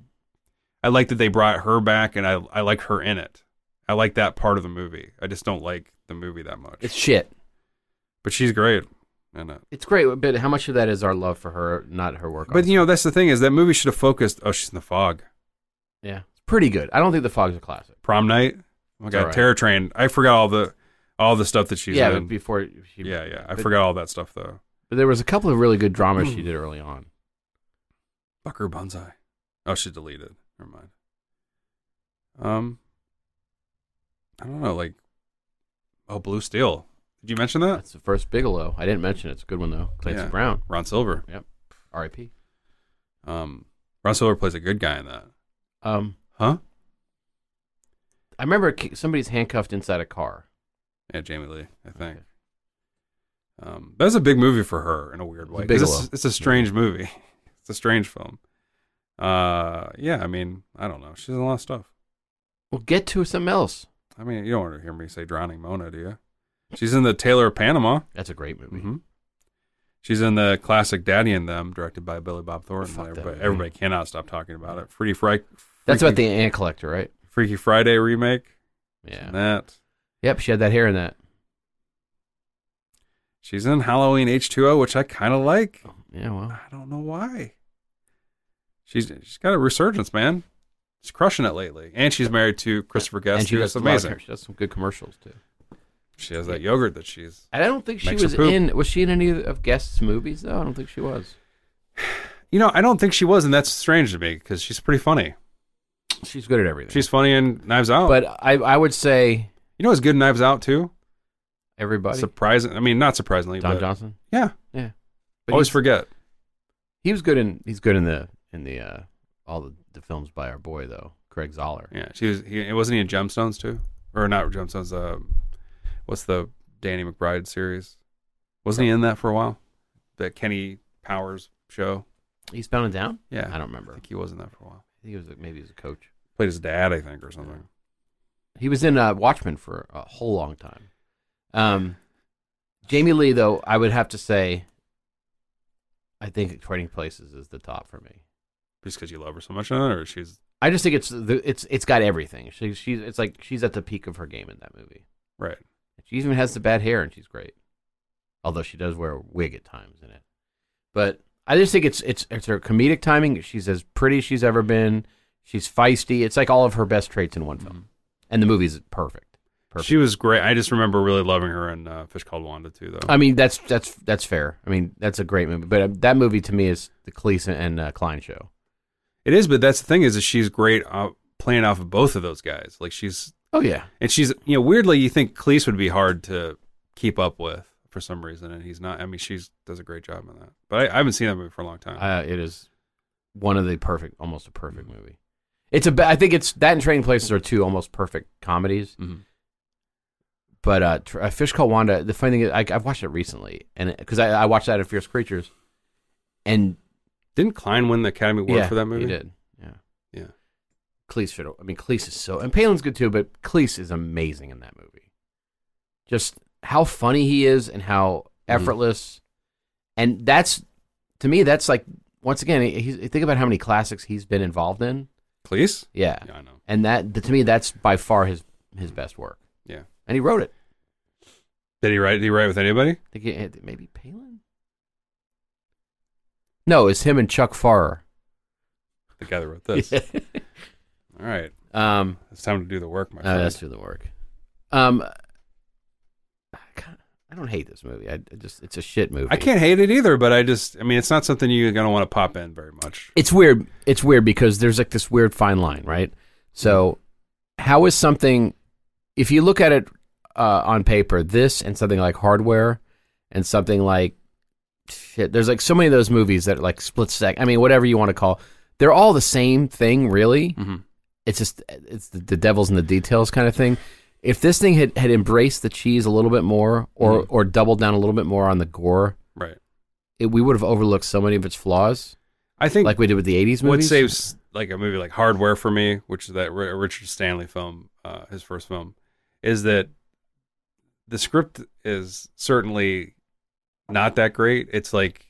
I liked that they brought her back, and I I liked her in it. I like that part of the movie. I just don't like the movie that much. It's shit. but she's great in it. It's great, but how much of that is our love for her, not her work? But on- you know, that's the thing is that movie should have focused. Oh, she's in the fog. yeah, it's pretty good. I don't think the Fog's a classic. prom night. Oh my all god, right. Terror Train. I forgot all the all the stuff that she's yeah, in. but before she, yeah, yeah. I but- forgot all that stuff though. But there was a couple of really good dramas she did early on. Bucker Bonsai. Oh, she deleted. Never mind. Um, I don't know. Like, oh, Blue Steel. Did you mention that? That's the first Bigelow. I didn't mention it. it's a good one though. Clancy Yeah. Brown, Ron Silver. R.I.P. Um, Ron Silver plays a good guy in that. Um, Huh? I remember ki- somebody's handcuffed inside a car. Yeah, Jamie Lee. I think. Um, that was a big movie for her in a weird way. 'cause It's, Bigelow. it's a strange movie. (laughs) It's a strange film. Uh, yeah. I mean, I don't know. She's in a lot of stuff. Well, get to something else. I mean, you don't want to hear me say drowning Mona, do you? She's in the Tailor of Panama. That's a great movie. hmm She's in the classic Daddy and Them, directed by Billy Bob Thornton. Fuck that everybody, movie. everybody cannot stop talking about it. Freaky Friday. That's about the ant collector, right? Freaky Friday remake. Yeah. And that. Yep, she had that hair in that. She's in Halloween H two O, which I kind of like. Yeah, well, I don't know why. She's she's got a resurgence, man. She's crushing it lately, and she's married to Christopher Guest, and she who does is a lot of amazing. com- She does some good commercials too. She has that yogurt that she's. And I don't think she Makes her was poop. in. Was she in any of Guest's movies though? I don't think she was. You know, I don't think she was, and that's strange to me because she's pretty funny. She's good at everything. She's oh. funny in Knives Out. but I, I would say You know, it's good in Knives Out too. everybody. Surprising. I mean, not surprisingly. Don but, Johnson. Yeah. Yeah. always he's- forget. He was good in. He's good in the in the uh, all the, the films by our boy though, Craig Zoller. Yeah. She was. He, it wasn't he in Gemstones too, or not Gemstones. Uh, what's the Danny McBride series? Wasn't he in that for a while? That Kenny Powers show. He's bound and down. Yeah. I don't I remember. think he was in that for a while. I think he was a- maybe he was a coach. Played his dad, I think, or something. He was in uh, Watchmen for a whole long time. Um, Jamie Lee, though, I would have to say, I think Trading Places is the top for me. Just because you love her so much, huh? or she's I just think it's the, it's it's got everything. She, she's it's like she's at the peak of her game in that movie. right. She even has the bad hair, and she's great. Although she does wear a wig at times in it, but I just think it's it's it's her comedic timing. She's as pretty as she's ever been. She's feisty. It's like all of her best traits in one film, and the movie's perfect. Perfect. She was great. I just remember really loving her in uh, Fish Called Wanda too, though. I mean, that's that's that's fair. I mean, that's a great movie, but uh, that movie to me is the Cleese and uh, Klein show. it is, but that's the thing is that she's great uh, playing off of both of those guys. Like she's Oh yeah, And she's, you know, weirdly, you think Cleese would be hard to keep up with for some reason, and he's not. I mean, she's does a great job in that. But I, I haven't seen that movie for a long time. uh, it is one of the perfect, almost a perfect Mm-hmm. movie. It's a, ba- I think it's that and Trading Places are two almost perfect comedies. Mhm. But uh, tr- uh, Fish Called Wanda. The funny thing is, I, I've watched it recently, and because I, I watched that in Fierce Creatures, and Didn't Klein win the Academy Award yeah, for that movie? he did. Yeah, Yeah. Cleese should. I mean, Cleese is so, and Palin's good too, but Cleese is amazing in that movie. Just how Mm-hmm. funny he is and how effortless, and that's to me that's like once again, he, he's, think about how many classics he's been involved in. Cleese? Yeah, Yeah, I know. and that to me, that's by far his his best work. Yeah. and he wrote it. Did he write? Did he write with anybody? I think it- eh, maybe Palin. No, it's him and Chuck Farrer. The guy that (laughs) wrote this. All right, um, it's time to do the work, my no, friend. Uh, that's through the work. Um, I kinda- I don't hate this movie. I, I just it's a shit movie. I can't hate it either, but I just, I mean, it's not something you're gonna want to pop in very much. It's weird. It's weird because there's like this weird fine line, right? So, how is something? If you look at it uh, on paper, this and something like Hardware, and something like shit. There's like so many of those movies that are like split sec. I mean, whatever you want to call. They're all the same thing, really. Mhm. It's just it's the, the devil's in the details kind of thing. If this thing had, had embraced the cheese a little bit more, or Mhm. or doubled down a little bit more on the gore, Right. it, we would have overlooked so many of its flaws, I think like we did with the '80s movies. what saves like a movie like Hardware for me, which is that Ri- Richard Stanley film, uh, his first film, is that the script is certainly not that great. It's like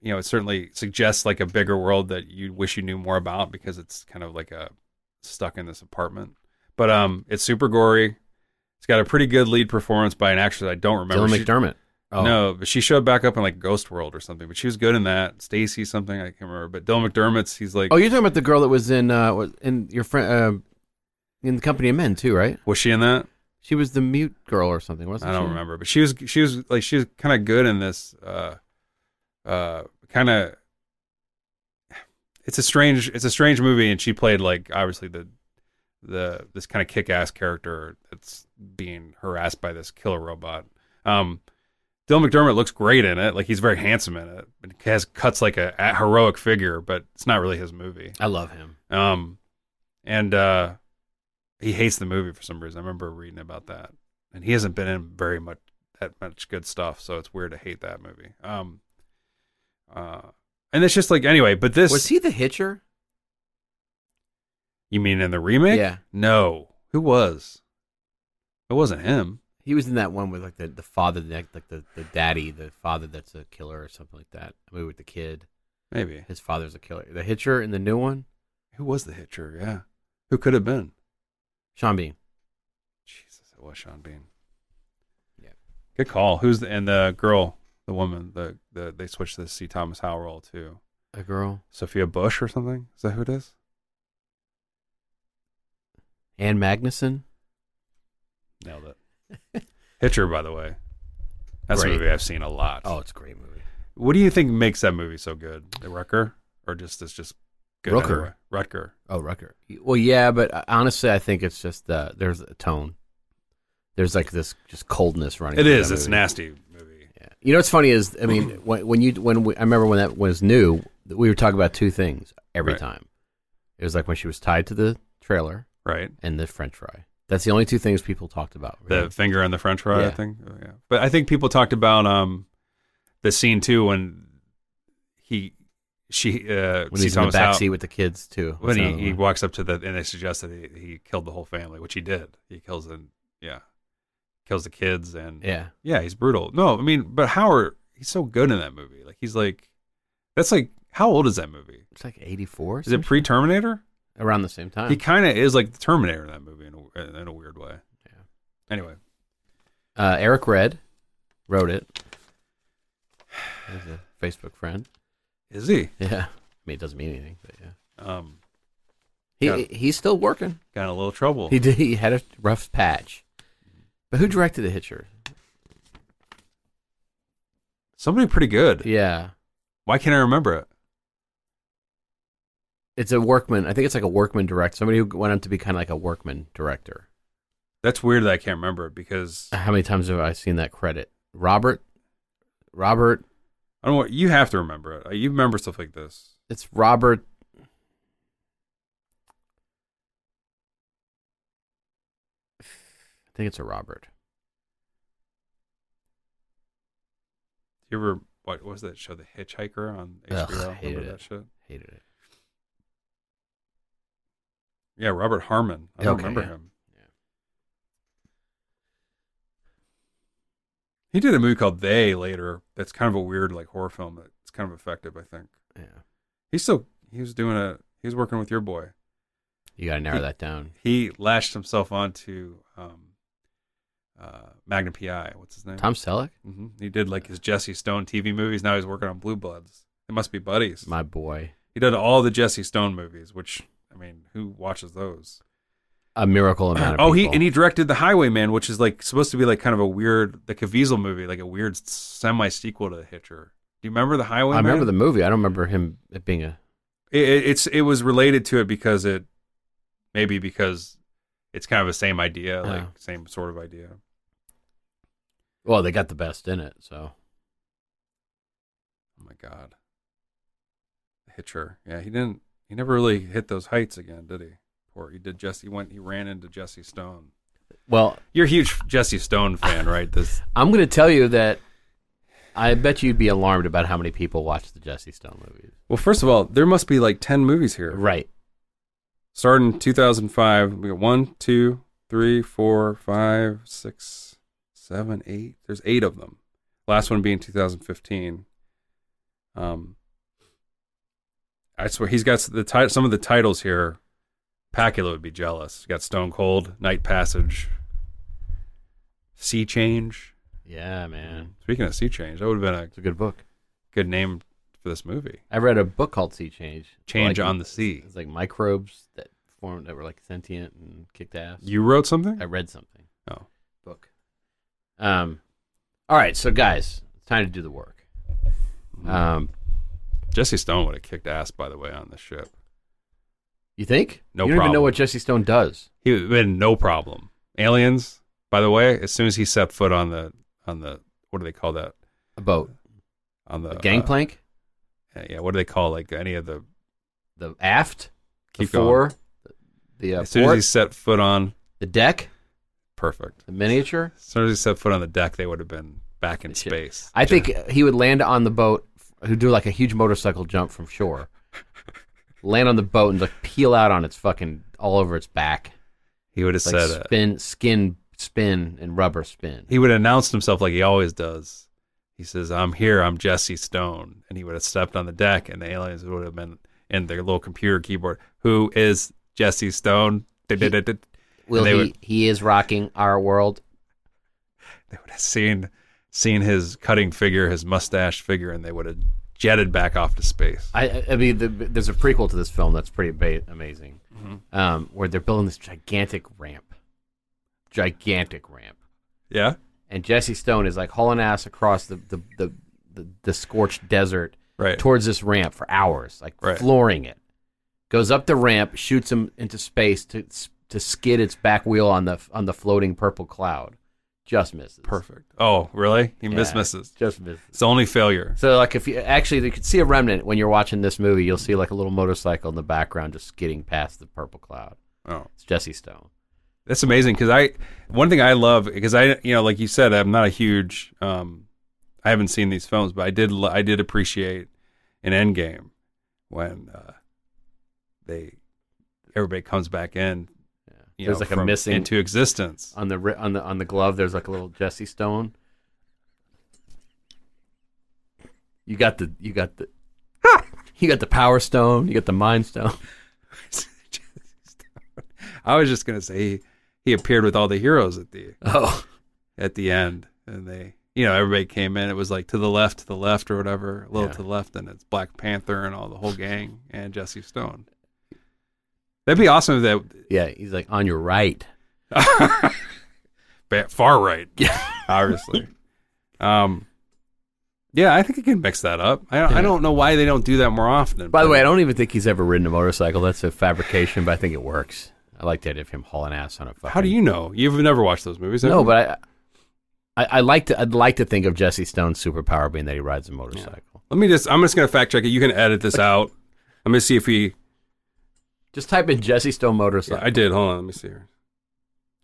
you know, it certainly suggests like a bigger world that you wish you knew more about because it's kind of like a stuck in this apartment. But um, it's super gory. It's got a pretty good lead performance by an actress I don't remember. Dylan She- McDermott. Oh. No, but she showed back up in like Ghost World or something. But she was good in that. Stacy something I can't remember. But Dylan McDermott's he's like Oh, you're talking about the girl that was in uh was in your friend uh, in the Company of Men too, right? was she in that? She was the mute girl or something, wasn't I don't she? remember. But she was she was like she was kind of good in this. Uh, uh, kind of. It's a strange it's a strange movie, and she played like obviously the the this kind of kick ass character that's being harassed by this killer robot. Um, Dylan McDermott looks great in it. Like he's very handsome in it. And he has cuts like a, a heroic figure, but it's not really his movie. I love him. Um, and uh, he hates the movie for some reason. I remember reading about that, and he hasn't been in very much that much good stuff, so it's weird to hate that movie. Um, uh, and it's just like anyway, but this Was he the hitcher? you mean in the remake? Yeah. No, who was? It wasn't him. He was in that one with like the, the father, like like the, the daddy, the father that's a killer or something like that. I mean, with the kid, Maybe his father's a killer. The hitcher in the new one, who was the hitcher? Yeah, who could have been? Sean Bean. Jesus, it was Sean Bean. Yeah. Good call. Who's the, and the girl, the woman, the, the they switched to the C. Thomas Howell role too. A girl, Sophia Bush or something? Is that who it is? Anne Magnuson. Nailed it. Hitcher, by the way. That's Great. a movie I've seen a lot. Oh, it's a great movie. What do you think makes that movie so good? The Rucker? Or just it's just good Rutger. anyway? Rutger. Oh, Rucker. Well, yeah, but uh, honestly, I think it's just uh, there's a tone. There's like this just coldness running. It through is. that It's a movie. nasty movie. Yeah. You know what's funny is I mean (clears throat) when, when you when we, I remember when that was new, we were talking about two things every Right. time. It was like when she was tied to the trailer Right? and the French fry. That's the only two things people talked about. The right? finger and the French fry Oh, Yeah. thing. Oh, yeah. But I think people talked about um the scene too when he she uh when C. he's in the Thomas Howell- backseat with the kids too. when That's he, another he one. walks up to the and they suggest that he, he killed the whole family, which he did. He kills the yeah, kills the kids and yeah, yeah, he's brutal. No, I mean, but Howard, he's so good in that movie. Like he's like, that's like how old is that movie? it's like eighty four. Is it pre Terminator? around the same time? He kind of is like the Terminator in that movie in a, in a weird way. Yeah. Anyway, Uh, Eric Red wrote it. He's a Facebook friend. (laughs) is he? Yeah, I mean it doesn't mean anything, but yeah, Um, he Yeah. he's still working. got in a little trouble. He did. He had a rough patch. But who directed The Hitcher? Somebody pretty good. Yeah. Why can't I remember it? it's a workman. I think it's like a workman director, somebody who went on to be kind of like a workman director. That's weird that I can't remember it because How many times have I seen that credit? Robert, Robert, I don't. want You have to remember it. You remember stuff like this. it's Robert. I think it's a Robert. You ever what, what was that show, The Hitchhiker on Ugh, HBO? hated Remember it. that shit? Hated it. Yeah, Robert Harmon. I don't Okay, remember yeah. him. Yeah. He did a movie called They later. That's kind of a weird like horror film that's kind of effective, I think. Yeah. He's still he was doing a he was working with your boy. You got to narrow that down. He lashed himself onto um, uh, Magna PI. What's his name? Tom Selleck, hmm He did like his Jesse Stone TV movies. Now he's working on Blue Bloods. It must be buddies. my boy. he did all the Jesse Stone movies, which I mean, who watches those? A miracle amount of Oh, he people. and he directed The Highwayman, which is like supposed to be like kind of a weird, like a Caviezel movie, like a weird semi sequel to Hitcher. Do you remember The Highwayman? I remember the movie. I don't remember him it being a. It, it- it's it was related to it because it maybe because it's kind of the same idea, like Oh. same sort of idea. Well, they got the best in it, so Oh my god. Hitcher. Yeah, he didn't he never really hit those heights again, did he? Poor he did Jesse he went he ran into Jesse Stone. well, You're a huge Jesse Stone fan, right? This I'm going to tell you that I bet you'd be alarmed about how many people watch the Jesse Stone movies. Well, first of all, there must be like ten movies here. Right. Starting two thousand five, we got one, two, three, four, five, six, seven, eight. There's eight of them. Last one being two thousand fifteen. Um I swear he's got the ti- some of the titles here. Pacula would be jealous. He's got Stone Cold, Night Passage, Sea Change. Yeah, man. Speaking of Sea Change, that would have been a It's a good book. good name for this movie. I read a book called Sea Change. Change Like, on the Sea. It's like microbes that formed that were like sentient and kicked ass. You wrote something? I read something. Oh. Book. Um. All right, so guys, it's time to do the work. Mm. Um. Jesse Stone would have kicked ass, by the way, on the ship. You think? No You don't even know problem. what Jesse Stone does. He would have been no problem. Aliens, by the way, as soon as he set foot on the on the what do they call that A boat, on the the gangplank, uh, yeah, what do they call like any of the? the aft, the Keep going. fore, the uh, as soon as he port, set foot on, the deck, perfect. the miniature. As soon as he set foot on the deck, they would have been back in Shit. space. I think he would land on the boat, who do like a huge motorcycle jump from (laughs) shore, land on the boat and like peel out on its fucking all over its back, He would have like said, uh, spin, skin spin, and rubber spin. he would have announced himself like he always does. He says, "I'm here. I'm Jesse Stone," and he would have stepped on the deck, and the aliens would have been in their little computer keyboard. Who is Jesse Stone? Da-da-da-da. Will they he? would- He is rocking our world. they would have seen seen his cutting figure, his mustache figure, and they would have jetted back off to space. I- I, I mean, the, there's a prequel to this film that's pretty ba- amazing, Mm-hmm. um, where they're building this gigantic ramp, gigantic ramp, Yeah, and Jesse Stone is like hauling ass across the the the, the, the scorched desert right. towards this ramp for hours, like Right. flooring it. Goes up the ramp, shoots him into space to to skid its back wheel on the on the floating purple cloud, just misses. Perfect. Oh, really? He miss Yeah, misses. Just misses. It's the only failure. So like if you actually you could see a remnant when you're watching this movie, you'll see like a little motorcycle in the background just skidding past the purple cloud. Oh, It's Jesse Stone. that's amazing. Because I, one thing I love, because I, you know, like you said, I'm not a huge, um, I haven't seen these films, but I did, lo- I did appreciate an Endgame when uh, they, everybody comes back in. you There's know, like a from- missing- into existence. On the ri- on the on the glove, there's like a little Jesse Stone. You got the you got the (laughs) you got the Power Stone. You got the Mind Stone. I was just gonna say he, he appeared with all the heroes at the Oh, at the end, and they, you know, everybody came in. It was like to the left, to the left, or whatever, a little Yeah. to the left, and it's Black Panther and all the whole gang and Jesse Stone. That'd be awesome if that yeah. He's like on your right. ba- (laughs) far right, obviously. Um, yeah, I think you can mix that up. I, I don't know why they don't do that more often. By the but- way, I don't even think he's ever ridden a motorcycle. That's a fabrication, but I think it works. I like the idea of him hauling ass on a fucking. how do you know? You've never watched those movies, have No, you? but I, I, I like to. I'd like to think of Jesse Stone's superpower being that he rides a motorcycle. let me just. I'm just gonna fact check it. You can (laughs) edit this out. Let me see if we Just type in Jesse Stone Yeah, motorcycle. (laughs) I did. Hold on, let me see here.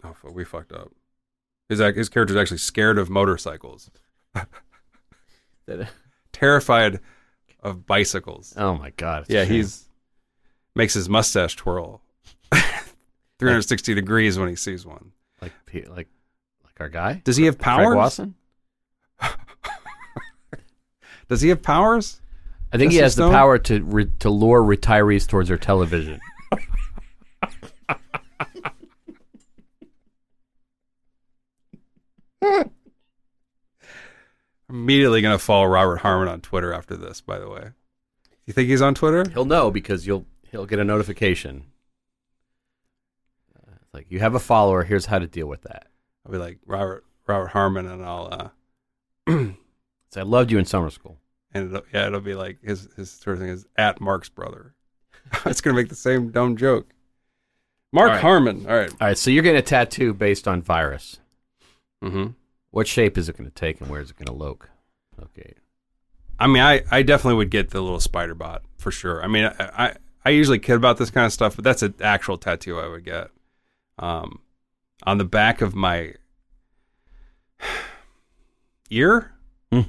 Oh, fuck, we fucked up. His act- his character's actually scared of motorcycles, terrified of bicycles. oh my god! it's a yeah, shame. he's makes his mustache twirl (laughs) 360 degrees when he sees one. like pe- like like our guy. Does he have Frank powers? Wasson? Does he have powers? I think he Justice has the Stone? power to re- to lure retirees towards their television. I'm immediately gonna follow Robert Harmon on Twitter after this. By the way, you think he's on Twitter? He'll know because you'll he'll get a notification. Uh, it's like you have a follower. Here's how to deal with that. I'll be like Robert Robert Harmon, and I'll uh, So I loved you in summer school. and it'll, yeah, it'll be like his his Twitter thing is at Mark's brother. (laughs) it's gonna make the same dumb joke. Mark All right. Harmon. All right. All right, so you're getting a tattoo based on virus. Mm-hmm. What shape is it going to take, and where is it going to look? Okay. I mean, I, I definitely would get the little spider bot for sure. I mean, I, I, I usually kid about this kind of stuff, but that's an actual tattoo I would get. Um, on the back of my (sighs) ear, Hmm.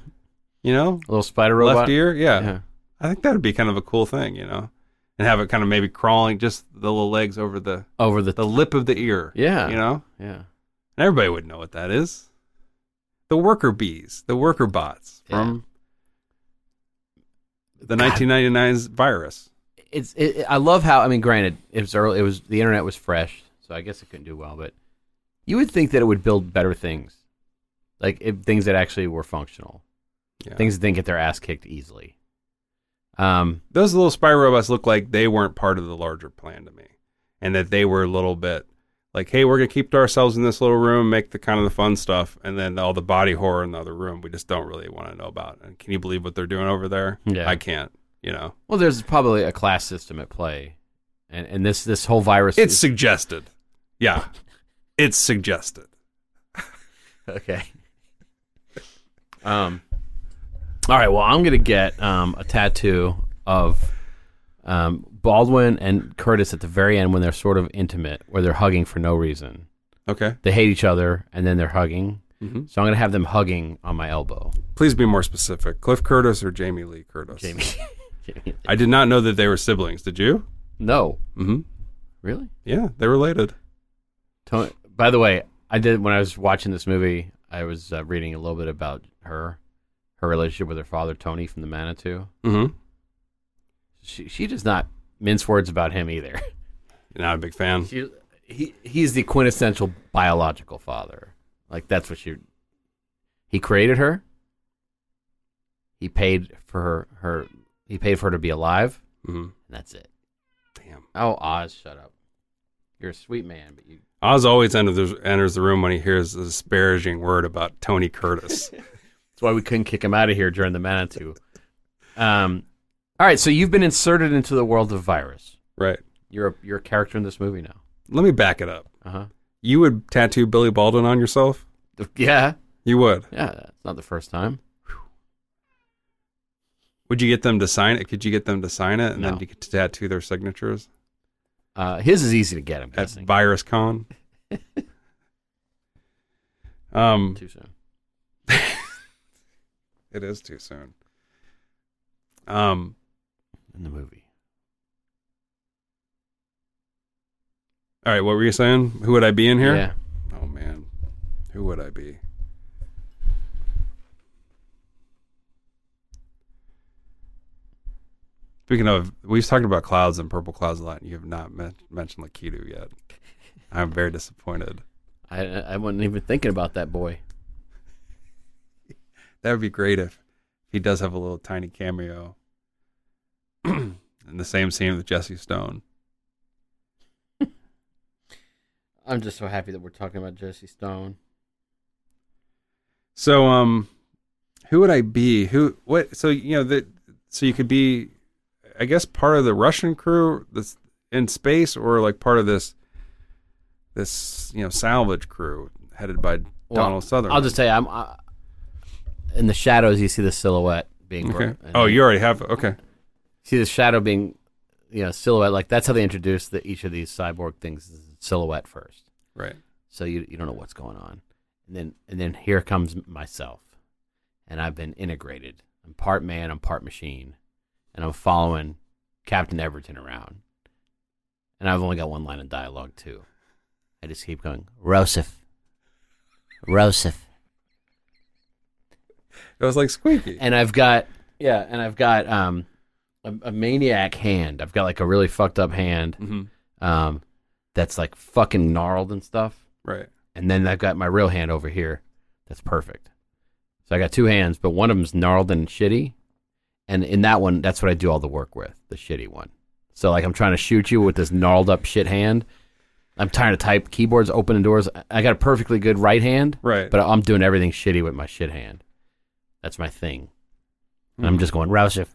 you know, A little spider robot. left ear. Yeah. Yeah. I think that would be kind of a cool thing, you know, and have it kind of maybe crawling just the little legs over the, Over the. the lip of the ear. Yeah. You know, yeah. and everybody would know what that is. The worker bees, the worker bots Yeah. from the 1999's virus. It's. It, I love how. I mean, granted, it was early. It was the internet was fresh, so I guess it couldn't do well. But you would think that it would build better things, like it, things that actually were functional, Yeah. things that didn't get their ass kicked easily. Um. Those little spy robots look like they weren't part of the larger plan to me, and that they were a little bit like, "Hey, we're gonna keep to ourselves in this little room, make the kind of the fun stuff, and then all the body horror in the other room we just don't really want to know about." And can you believe what they're doing over there? Yeah. I can't. You know, Well, there's probably a class system at play, and and this this whole virus. it's is, suggested. (laughs) Yeah, it's suggested. okay. (laughs) Um. All right. Well, I'm gonna get um a tattoo of um Baldwin and Curtis at the very end when they're sort of intimate, where they're hugging for no reason. Okay, They hate each other, and then they're hugging. Mhm. So I'm gonna have them hugging on my elbow. please be more specific. Cliff Curtis or Jamie Lee Curtis? Jamie. Jamie. I did not know that they were siblings. Did you? (laughs) No. Mm-hmm. Really. Yeah, they're related. Tony, by the way, I did when I was watching this movie. I was uh, reading a little bit about her, her relationship with her father Tony from the Manitou. Mm-hmm. She she does not mince words about him either. (laughs) Not a big fan. She he he's the quintessential biological father. Like that's what she. He created her. He paid for her her. He paid for her to be alive, Mm-hmm. and that's it. Damn. Oh, Oz, shut up. You're a sweet man, but you. Oz always enters, enters the room when he hears a disparaging word about Tony (laughs) Curtis. That's why we couldn't kick him out of here during the Manitou. Um, all right, so you've been inserted into the world of virus. right. You're a, you're a character in this movie now. Let me back it up. Uh You would tattoo Billy Baldwin on yourself? huh. Yeah, You would. yeah. That's not the first time. Would you get them to sign it? Could you get them to sign it and No. then you could tattoo their signatures Uh, his is easy to get. I'm at guessing. (laughs) VirusCon? um, Too soon. it is too soon. Um, In the movie. all right, what were you saying? Who would I be in here? Yeah. Oh man, who would I be? Speaking of, we've talked about clouds and purple clouds a lot, and you have not men- mentioned Lakitu yet. I'm very disappointed. I I wasn't even thinking about that boy. That would be great if he does have a little tiny cameo (clears throat) in the same scene with Jesse Stone. I'm just so happy that we're talking about Jesse Stone. So, um, who would I be? Who? What? So you know that. So you could be, I guess, part of the Russian crew that's in space, or like part of this, this you know salvage crew headed by Well, Donald Sutherland. I'll just tell you, I'm uh, in the shadows. You see the silhouette being. okay. bro- and Oh, then- you already have. Okay. see the shadow being you know silhouette like that's how they introduce the, each of these cyborg things is silhouette first Right. so you you don't know what's going on and then and then here comes myself and i've been integrated i'm part man i'm part machine and i'm following captain everton around and i've only got one line of dialogue too i just keep going rosef rosef It was like squeaky. and I've got yeah, and I've got um a, a maniac hand. I've got like a really fucked up hand hmm um, that's like fucking gnarled and stuff. Right. And then I've got my real hand over here that's perfect. So I got two hands, but one of them's gnarled and shitty. And in that one, that's what I do all the work with, the shitty one. So like I'm trying to shoot you with this gnarled up shit hand. I'm tired of type keyboards opening doors. I- I got a perfectly good right hand, Right. but I'm doing everything shitty with my shit hand. That's my thing. And I'm just going Rousey.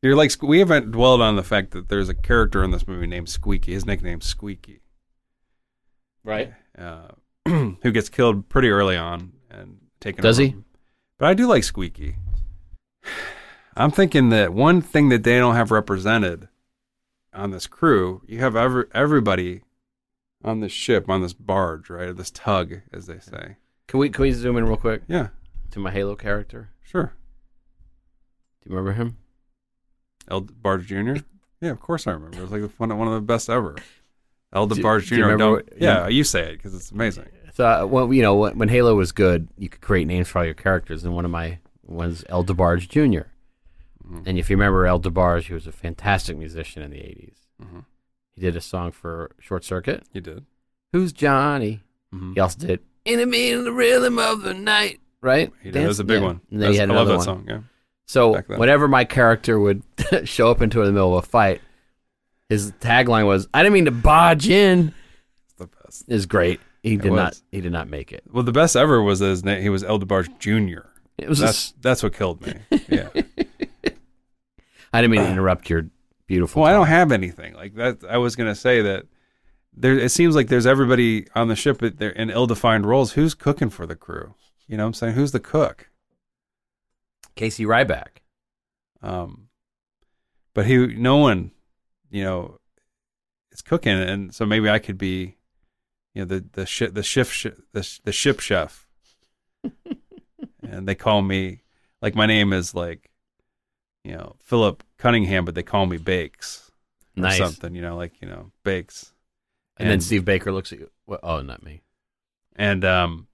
You're like Sque- we haven't dwelled on the fact that there's a character in this movie named Squeaky. His nickname's Squeaky, Right. uh, (clears throat) who gets killed pretty early on and taken. Does over. he? But I do like Squeaky. (sighs) I'm thinking that one thing that they don't have represented on this crew, you have every, everybody on this ship, on this barge, right, or this tug, as they say. Can we can we zoom in real quick Yeah, to my Halo character? sure. Do you remember him? El Barge Jr. Yeah, of course I remember. It's like one one of the best ever. El Do- Barge do you Jr. remember don't- what- yeah, you say it because it's amazing. So uh, well, you know, when, when Halo was good, you could create names for all your characters, and one of my was El DeBarge junior Mm-hmm. And if you remember El DeBarge, he was a fantastic musician in the '80s. Mhm. He did a song for Short Circuit. You did. Who's Johnny? Mhm. He also did "Enemy in the Rhythm of the Night." Right? He did. That was a big yeah. one. And then he That's- had I love another that one. song. Yeah. So back then. whenever my character would (laughs) show up into the middle of a fight, his tagline was, "I didn't mean to barge in." It's the best. Is great. He did not. was. He did not make it. Well, the best ever was his name. He was El Barge Jr. It was. That's that's what killed me. Yeah. I didn't mean to interrupt your beautiful. well, I don't have anything like that. I was gonna say that there. It seems like there's everybody on the ship that they're in ill-defined roles. Who's cooking for the crew? You know what I'm saying? Who's the cook? Casey Ryback. Um, but he, no one, you know, is cooking, and so maybe I could be, you know, the the shi the shift sh- the sh- the ship chef. and they call me like my name is like, you know, Philip Cunningham, but they call me Bakes or Nice. something. You know, like you know Bakes, And, then Steve Baker looks at you. Well, oh, not me. and um,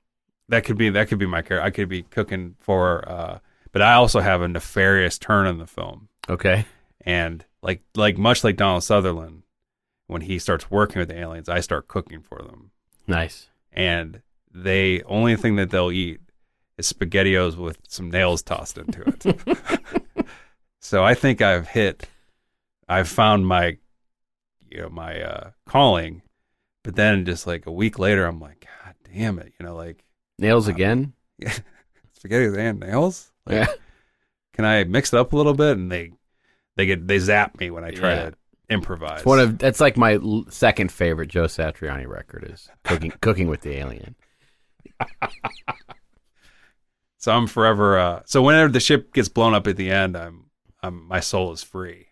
that could be that could be my character. I could be cooking for, uh, but I also have a nefarious turn in the film. Okay. and like like much like Donald Sutherland, when he starts working with the aliens, I start cooking for them, Nice. and they only thing that they'll eat is spaghettios with some nails tossed into (laughs) it. (laughs) so I think I've hit, I've found my, you know, my uh, calling. But then just like a week later, I'm like, God damn it, you know, like Nails again. spaghettios and nails. Like, Yeah. Can I mix it up a little bit? And they, they get they zap me when I try Yeah. to improvise. It's one of that's like my l- second favorite Joe Satriani record is cooking (laughs) cooking with the alien. So I'm forever. Uh, so whenever the ship gets blown up at the end, I'm, I'm my soul is free.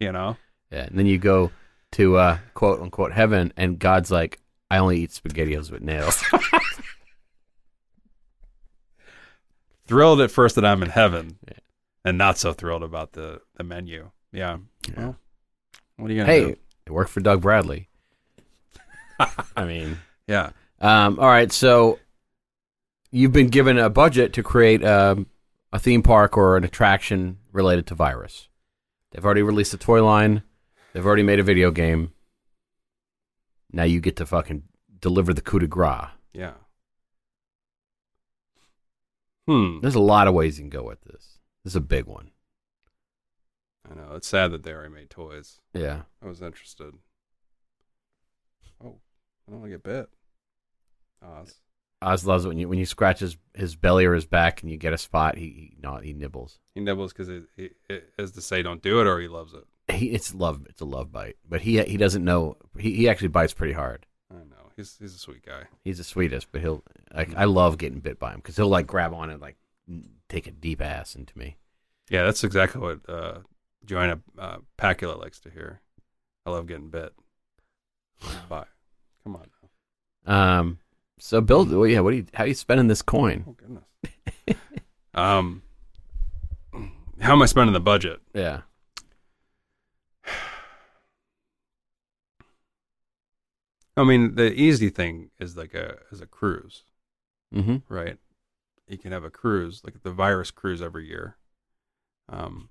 You know, Yeah. And then you go to uh, quote unquote heaven, and God's like, I only eat spaghettios with (laughs) nails. thrilled at first that I'm in heaven, and not so thrilled about the the menu. Yeah. Well, what are you gonna hey, do? it worked for Doug Bradley. (laughs) I mean, Yeah. Um, all right, so you've been given a budget to create um, a theme park or an attraction related to virus. They've already released a toy line. They've already made a video game. Now you get to fucking deliver the coup de grace. Yeah. Hmm. There's a lot of ways you can go with this. This is a big one. I know it's sad that they already made toys. Yeah. I was interested. Oh, I don't want to get bit. Oh, Oz. Oz loves it when you when you scratch his, his belly or his back and you get a spot. He he, no, he nibbles. He nibbles because it, it, it, as to say, don't do it, or he loves it. He it's love. It's a love bite, but he he doesn't know. He he actually bites pretty hard. I know. He's he's a sweet guy. He's the sweetest, but he'll like I love getting bit by him because he'll like grab on and like n- take a deep ass into me. Yeah, that's exactly what uh, Joanna uh, Pacula likes to hear. I love getting bit. Bye. Come on. now. Um, so Bill, well, yeah, what are you? How are you spending this coin? Oh goodness. (laughs) um, how am I spending the budget? Yeah, I mean, the easy thing is like a is a cruise, mm-hmm. right? (laughs) You can have a cruise, like the virus cruise every year. Um,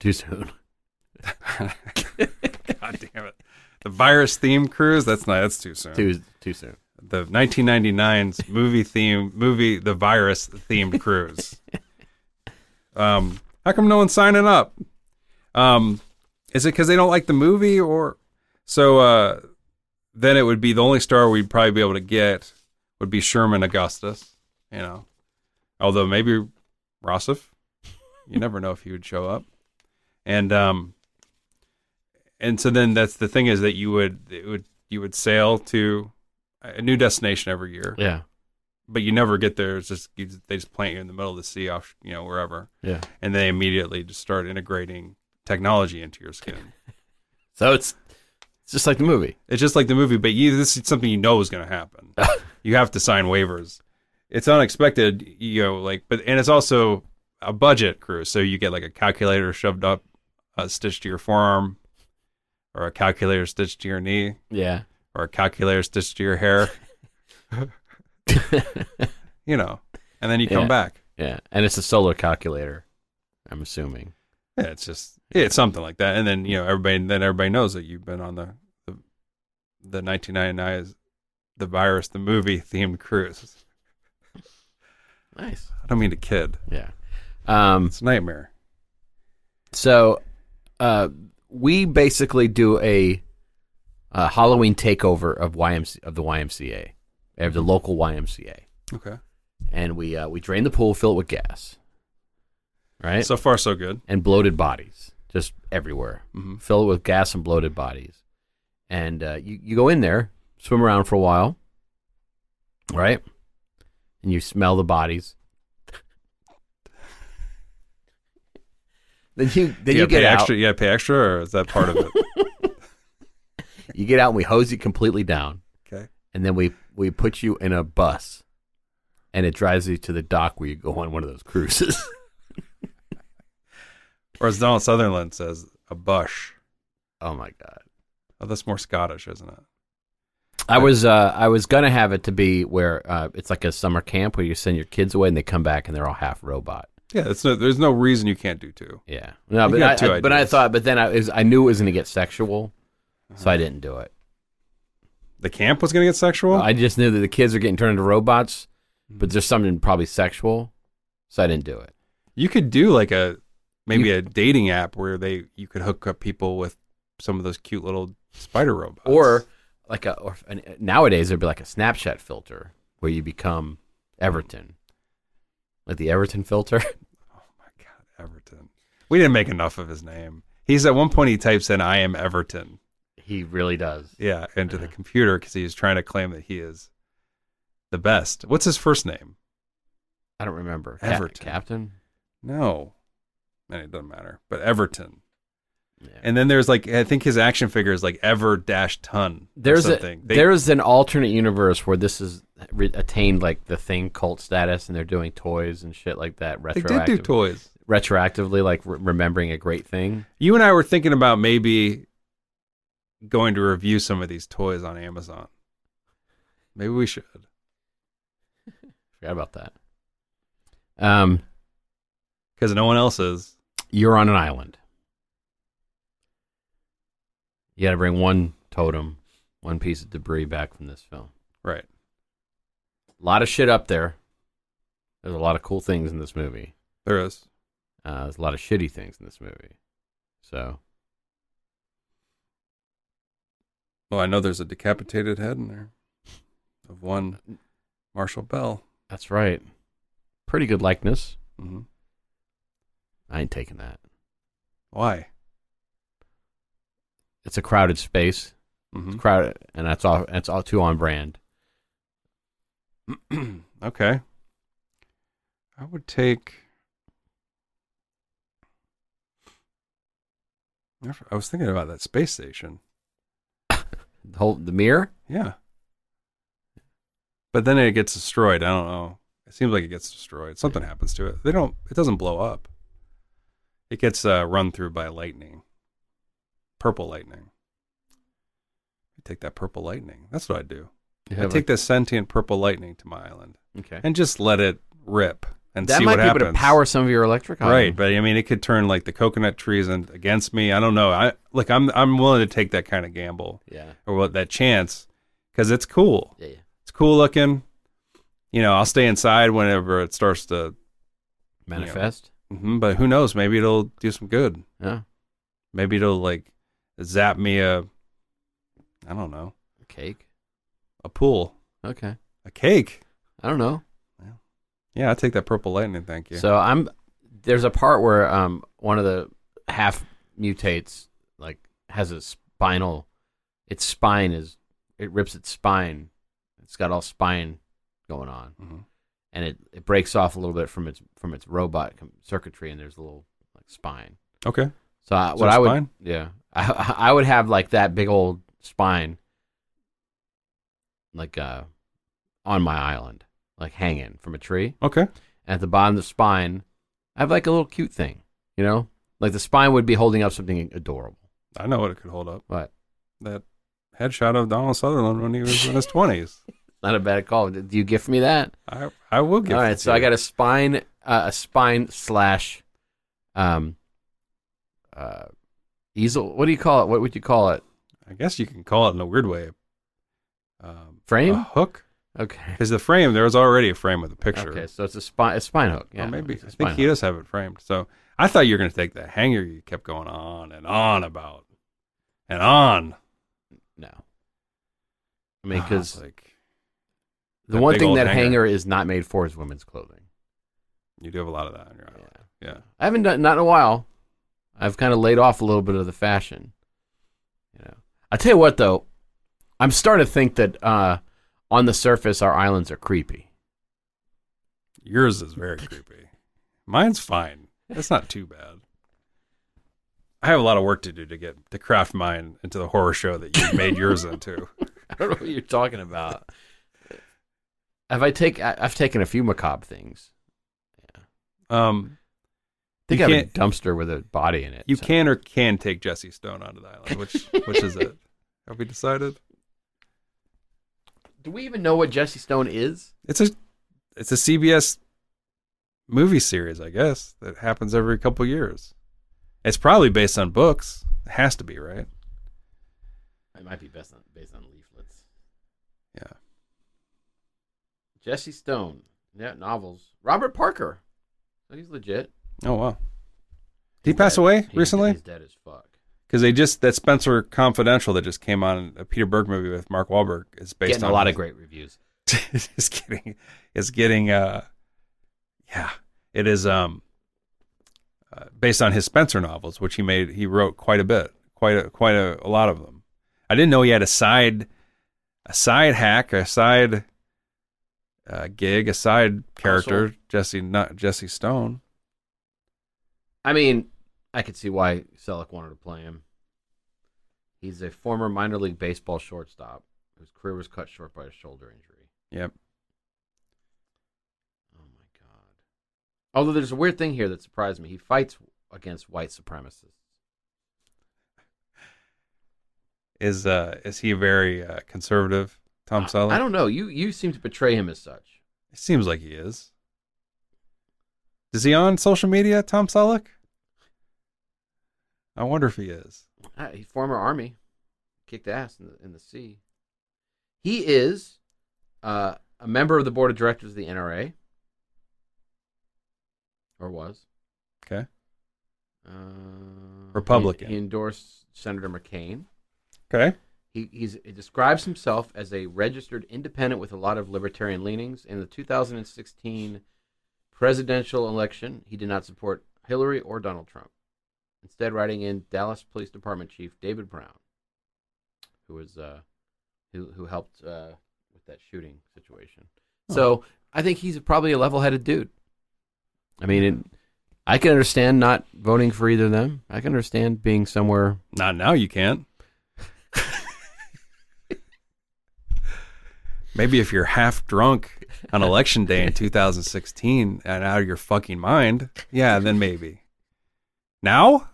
Too soon. (laughs) God damn it. The virus theme cruise. That's not. That's too soon. Too too soon. The 1999's movie theme movie. The virus themed cruise. um, how come no one's signing up? Um, is it because they don't like the movie or? So uh, then it would be the only star we'd probably be able to get would be Sherman Augustus. You know, although maybe Rossif. You never know if he would show up. And um, and so then that's the thing is that you would it would you would sail to a new destination every year, Yeah. but you never get there. It's just you, just- they just plant you in the middle of the sea off you know wherever, Yeah. and they immediately just start integrating technology into your skin. So it's it's just like the movie. It's just like the movie, but you, this is something you know is going to happen. you have to sign waivers. It's unexpected, you know, like, but, and it's also a budget cruise. So you get like a calculator shoved up, uh, stitched to your forearm, or a calculator stitched to your knee, Yeah. or a calculator stitched to your hair, (laughs) you know, and then you come Yeah. back. yeah. And it's a solar calculator. I'm assuming. Yeah, it's just, yeah, it's something like that. And then, you know, everybody, then everybody knows that you've been on the, the, the 1999 is the virus, the movie themed cruise. Nice. I don't mean to kid. Yeah. Um. It's a nightmare. So, uh, we basically do a, a Halloween takeover of YMC of the YMCA, of the local YMCA, Okay. and we uh, we drain the pool, fill it with gas, right, So far, so good. and bloated bodies just everywhere. Mhm. Fill it with gas and bloated bodies, and uh, you you go in there, swim around for a while, right, and you smell the bodies. (laughs) Then you then you gotta get pay out. extra. You gotta pay extra, or is that part (laughs) of it? You get out and we hose you completely down, okay. and then we we put you in a bus, and it drives you to the dock where you go on one of those cruises. (laughs) Or as Donald Sutherland says, a bush. oh my god! Oh, that's more Scottish, isn't it? I was uh, I was gonna have it to be where uh, it's like a summer camp where you send your kids away and they come back and they're all half robot. Yeah. It's no. There's no reason you can't do two. Yeah, no, You but got two I, I- but I ideas. thought, but then I was, I knew it was gonna get sexual, so Uh-huh. I didn't do it. The camp was gonna get sexual. I just knew that the kids are getting turned into robots, but there's something probably sexual, so I didn't do it. you could do like a maybe a dating app where they you could hook up people with some of those cute little spider robots. or like a or an, nowadays there'd be like a Snapchat filter where you become Everton, like the Everton filter. (laughs) Oh God, Everton. We didn't make enough of his name. He's at one point he types in "I am Everton." he really does. Yeah, into the computer because he's trying to claim that he is the best. What's his first name? I don't remember Everton. captain. No, and it doesn't matter. But Everton, Yeah. and then there's like I think his action figure is like Ever Dash Ton. or There's a, something. They- there's an alternate universe where this is re- attained like the thing cult status, and they're doing toys and shit like that. they did do Retroactive, toys. retroactively, like re- remembering a great thing. You and I were thinking about maybe going to review some of these toys on Amazon. Maybe we should. Forgot about that. Um, Because no one else is. you're on an island. You got to bring one totem, one piece of debris back from this film. Right. A lot of shit up there. There's a lot of cool things in this movie. There is. Uh, there's a lot of shitty things in this movie. So Well, I know there's a decapitated head in there of one Marshall Bell. that's right. Pretty good likeness. hmm I ain't taking that. Why? It's a crowded space. hmm It's crowded, and that's all. That's all too on brand. Mm-hmm. (clears throat) okay. I would take. I was thinking about that space station. The whole the mirror. Yeah. But then it gets destroyed. I don't know. It seems like it gets destroyed. Something happens to it. They don't. It doesn't blow up. It gets uh, run through by lightning. Purple lightning. I take that purple lightning. That's what I do. I take this sentient purple lightning to my island okay. and just let it rip. and that see might what be happens. able to power some of your electric. on. Right, but I mean, it could turn like the coconut trees and against me. I don't know. I like I'm I'm willing to take that kind of gamble Yeah. or what that chance because it's cool. Yeah. Yeah. It's cool looking. You know, I'll stay inside whenever it starts to. Manifest. mhm, but who knows? Maybe it'll do some good. Yeah. Maybe it'll like zap me a. I don't know Cake. a pool Okay. a cake. I don't know. Yeah, I take that purple lightning. Thank you. So I'm there's a part where um one of the half mutates like has a spinal its spine is it rips its spine. It's got all spine going on. Mhm. And it, it breaks off a little bit from its from its robot com- circuitry and there's a little like spine. okay, So I, So what I would spine? yeah, I, (laughs) I would have like that big old spine, like uh, on my island, like hanging from a tree. okay, And at the bottom of the spine, I have like a little cute thing, you know, like the spine would be holding up something adorable. I know what it could hold up. But That headshot of Donald Sutherland when he was in his twenties. not a bad call. Do you gift me that? I I will give. All it right, to so I you. got a spine, uh, a spine slash, um, uh, easel. What do you call it? What would you call it? I guess you can call it in a weird way. Um, Frame? a hook, Okay. because the frame there was already a frame with a picture. Okay, so it's a spine, a spine hook. Well, Yeah, maybe it's a I spine think he does have it framed. So I thought you were going to take the hanger. You kept going on and on about and on. No. I (laughs) mean, because Ah, like the that one big thing old that hanger. hanger. is not made for is women's clothing. you do have a lot of that on your Yeah. island. Yeah. I haven't done not in a while. I've kind of laid off a little bit of the fashion. You know, I tell you what though, I'm starting to think that uh, on the surface our islands are (laughs) creepy. Yours is very creepy. Mine's fine. That's not too bad. I have a lot of work to do to get to craft mine into the horror show that you made (laughs) yours into. I don't know what you're talking about. (laughs) Have I take? I, I've taken a few macabre things. Um, I think You I have a can't- dumpster with a body in it. You so- can or can take Jesse Stone onto the island, which which is (laughs) it? Have we decided? Do we even know what Jesse Stone is? It's a it's a CBS movie series, I guess, that happens every couple years. It's probably based on books. It has to be, right? It might be based on based on leaflets. Yeah. Jesse Stone, yeah, novels. Robert Parker, So he's legit. Oh wow. Did he pass away He's- recently? He's dead as fuck. Because they just that Spencer Confidential that just came on a Peter Berg movie with Mark Wahlberg is based Getting on a lot of great reviews. (laughs) just kidding. It's getting uh yeah. It is um uh, based on his Spencer novels, which he made he wrote quite a bit. Quite a quite a, a lot of them. I didn't know he had a side a side hack, a side uh, gig, a side character, Jesse not Jesse Stone. I mean, I could see why Selleck wanted to play him. He's a former minor league baseball shortstop whose career was cut short by a shoulder injury. Yep. Oh my god! Although there's a weird thing here that surprised me. He fights against white supremacists. Is uh is he very uh, conservative, Tom I- Selleck? I don't know. You you seem to portray him as such. It seems like he is. Is he on social media, Tom Selleck? I wonder if he is. Uh, he's former army, kicked ass in the in the sea. He is uh, a member of the board of directors of the NRA, or was Okay. uh, Republican. He, he endorsed Senator McCain. Okay. He he's, he describes himself as a registered independent with a lot of libertarian leanings. In the 2016 presidential election, he did not support Hillary or Donald Trump. Instead, writing in Dallas Police Department Chief David Brown, who was uh, who who helped uh, with that shooting situation. So I think he's probably a level-headed dude. I mean, it, I can understand not voting for either of them. I can understand being somewhere Not now you can't. Maybe if you're half drunk on election day in 2016 and out of your fucking mind, yeah, then maybe. Now?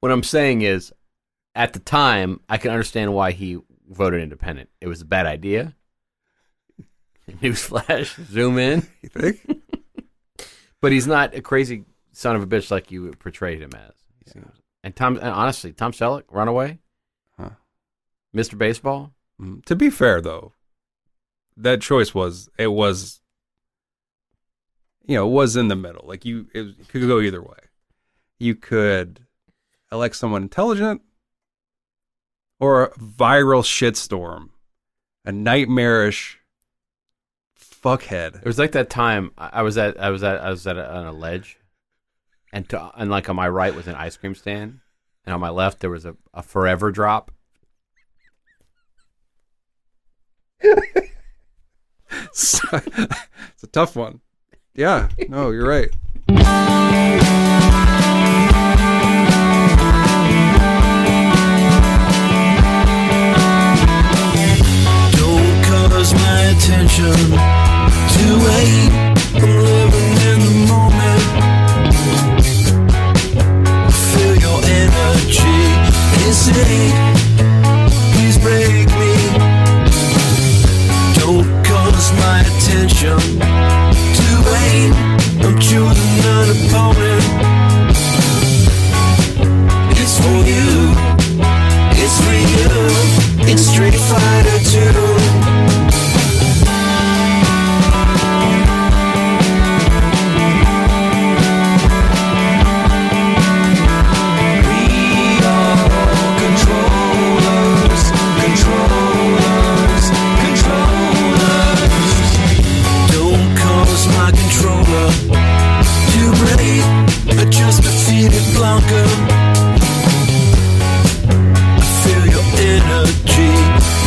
What I'm saying is, at the time, I can understand why he voted independent. It was a bad (laughs) idea. Newsflash, zoom in. You think? But he's not a crazy son of a bitch like you portrayed him as. And Tom, and honestly, Tom Selleck, Runaway, Huh. Mr. Baseball. Mm. To be fair, though, that choice was it was, you know, it was in the middle. Like you, it, it could go either way. You could elect someone intelligent, or a viral shitstorm, a nightmarish fuckhead. (laughs) It was like that time I I was at I was at I was at a, on a ledge, and to, and like on my right was an ice cream stand, and on my left there was a, a forever drop. it's a tough one. Yeah, no, you're right. Don't cause my attention to wait. I'm living in the moment. Feel your energy. It's innate. Please break me. Don't cause my attention to wait. I'm choosing an opponent. It's for you. It's for you. It's Street Fighter 2. Controllers, controllers, controllers. Don't cause my controller to break. I just defeated Blanca. I feel your energy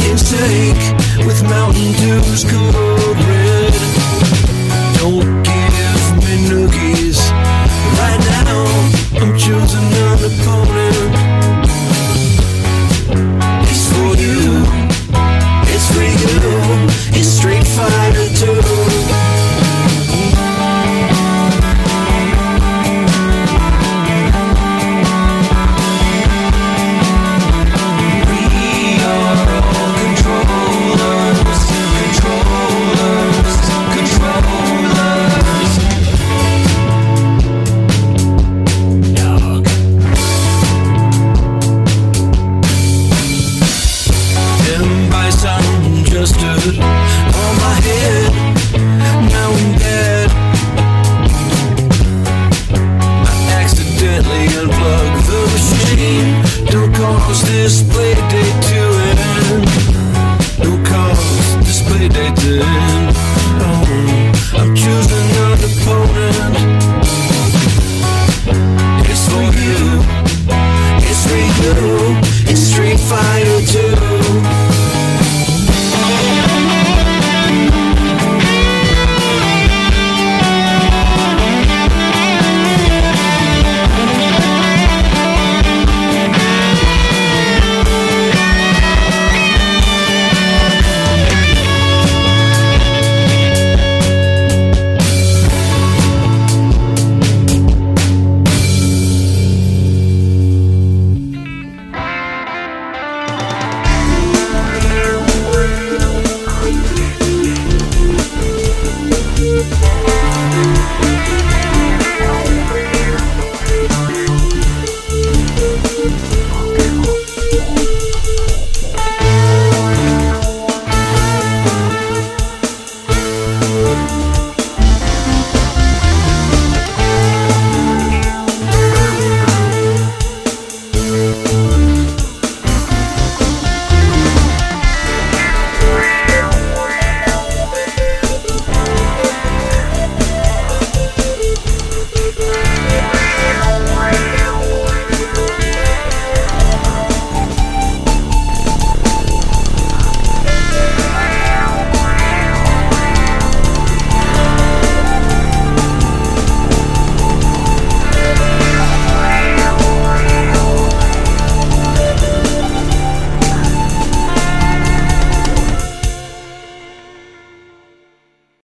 intake with Mountain Dew's cold red. Don't give me noogies right now. I'm choosing an opponent. It's for you. It's for you. It's Street Fighter 2. We are all controllers, controllers, controllers. Dog. Him by sound just stood on my head. Now I'm dead. accidentally unplug the machine. Don't cause this play date to end. Don't cause this play date to end. Oh, I'm choosing an opponent. It's for you. It's for you.